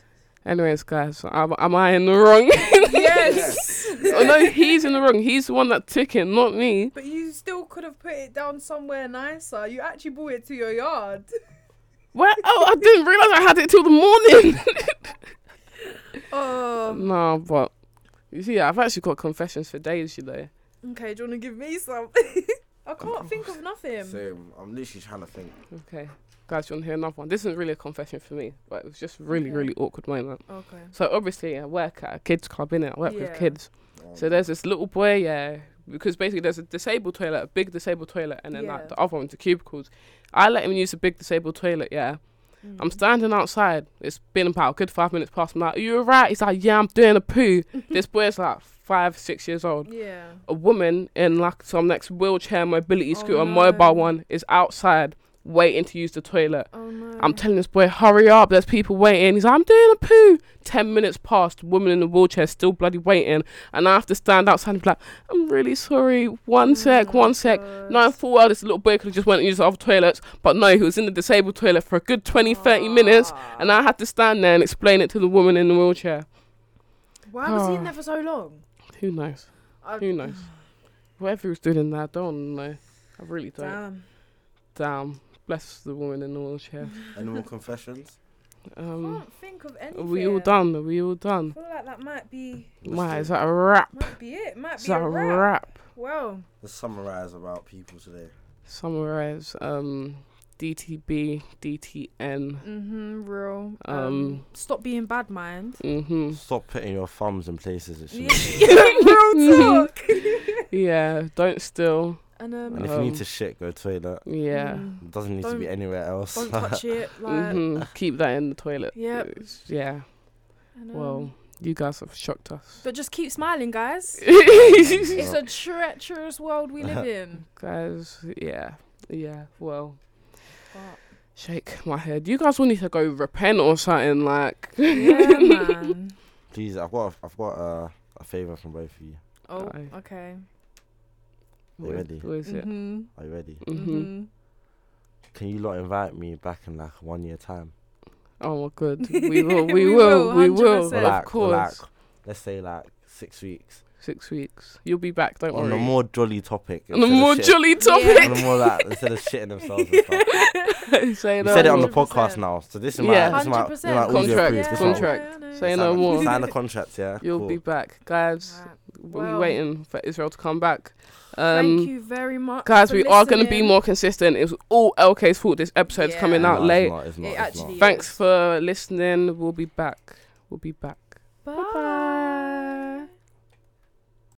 A: anyways, guys, am, am I in the wrong?
B: yes.
A: oh no, he's in the wrong. He's the one that took it, not me.
B: But you still could have put it down somewhere nicer. You actually brought it to your yard.
A: Well, oh, I didn't realize I had it till the morning.
B: Um.
A: no, but you see, I've actually got confessions for days, you know.
B: Okay, do you want to give me some? I can't think of nothing.
C: Same. um, I'm literally trying to think. um,
A: Okay, guys, you want to hear another one? This isn't really a confession for me, but it was just really,
B: Okay.
A: really awkward moment.
B: Okay.
A: So obviously, I work at a kids club, innit? I work
B: Yeah.
A: with kids.
C: Um,
A: So there's this little boy, yeah, because basically there's a disabled toilet, a big disabled toilet, and then
B: Yeah.
A: like the other one's the cubicles. I let him use the big disabled toilet, yeah.
B: Hmm. Mm-hmm.
A: I'm standing outside. It's been about a good five minutes past. I'm like, Are you alright? He's like, Yeah, I'm doing a poo. this boy's like five, six years old.
B: Yeah.
A: A woman in like some next wheelchair, mobility
B: Oh,
A: scooter,
B: no.
A: mobile one is outside waiting to use the toilet.
B: Oh no.
A: I'm telling this boy, hurry up, there's people waiting. He's like, I'm doing a poo. Ten minutes passed, woman in the wheelchair still bloody waiting. And I have to stand outside and be like, I'm really sorry,
B: Oh,
A: One sec, one sec. No, in full well, this little boy could have just went and used the other toilets, but no, he was in the disabled toilet for a good 20, 30
B: Ah.
A: minutes. And I had to stand there and explain it to the woman in the wheelchair.
B: Why was he in
A: Ah.
B: there for so long?
A: Who knows?
B: I,
A: Who knows? Whatever he was doing in there, I don't know. I really don't. Damn.
B: Damn.
A: Bless the woman in the wheelchair.
C: Any more confessions?
A: Um,
B: can't think of anything.
A: are we all done? Are we all done?
B: I feel like that might be
A: Why, is that a wrap?
B: might be it. Might
A: Is
B: be
A: that
B: a
A: a
B: wrap.
A: wrap?
B: Well,
C: Let's summarize about people today.
A: Summarize um, DTB, DTN.
B: mm-hmm, real. Um,
A: Um,
B: stop being bad mind.
A: Mm-hmm.
C: Stop putting your thumbs in places it shouldn't. be.
B: real talk.
A: Mm-hmm. Yeah, don't steal.
B: and um,
C: And if you need
A: Um,
C: to shit, go toilet.
A: Yeah.
B: mm,
C: It doesn't need to be
B: Don't-
C: anywhere else.
B: don't touch it. Like,
A: hmm Keep that in the toilet.
B: Yep.
A: It's- Yeah.
B: and, um,
A: Well, you guys have shocked us.
B: but just keep smiling, guys. It's a treacherous world we live in.
A: guys, yeah. Yeah. Well,
B: But,
A: shake my head. You guys will need to go repent or something. Like,
B: yeah, man.
C: Please, I've got, I've got uh, a favor from both of you.
B: Oh,
A: Aye.
B: okay.
A: what
C: ready?
A: is, what is it?
B: Mm-hmm.
C: Are you ready?
A: Mm-hmm.
B: Mm-hmm.
C: Can you lot invite me back in like one year time?
A: Oh, my God. We will. We,
B: We
A: will.
B: will,
A: We will.
B: 100%.
A: Of
C: Relax,
A: course.
C: relax. Let's say like six weeks.
A: Six weeks. You'll be back. Don't
C: On
A: worry.
C: a more jolly topic.
A: on a
C: instead of
A: more
C: shit-
A: jolly
C: On
A: topic.
C: a more like instead of shitting themselves. And stuff.
A: Say
C: You
A: no
C: said it on the
A: more.
B: 100%.
C: podcast now, so this is my,
A: Yeah.
C: this is my, this is my audio
A: Contract,
C: proof, this one.
A: contract. Say
C: Sign
A: no
C: the-
A: more.
C: Sign the contract, yeah.
A: You'll
C: Cool.
A: be back, guys.
B: Right.
A: We'll,
B: Well,
A: be waiting for Israel to come back.
B: Thank
A: Um,
B: you very much,
A: guys,
B: for
A: we are going to be
B: listening.
A: more consistent. It was all LK's fault. This episode's
B: Yeah.
A: coming
C: No,
A: out
C: it's
A: late.
C: not, it's not,
B: It
C: it's not.
B: actually-
A: Thanks for listening. We'll be back. We'll be back.
B: Bye.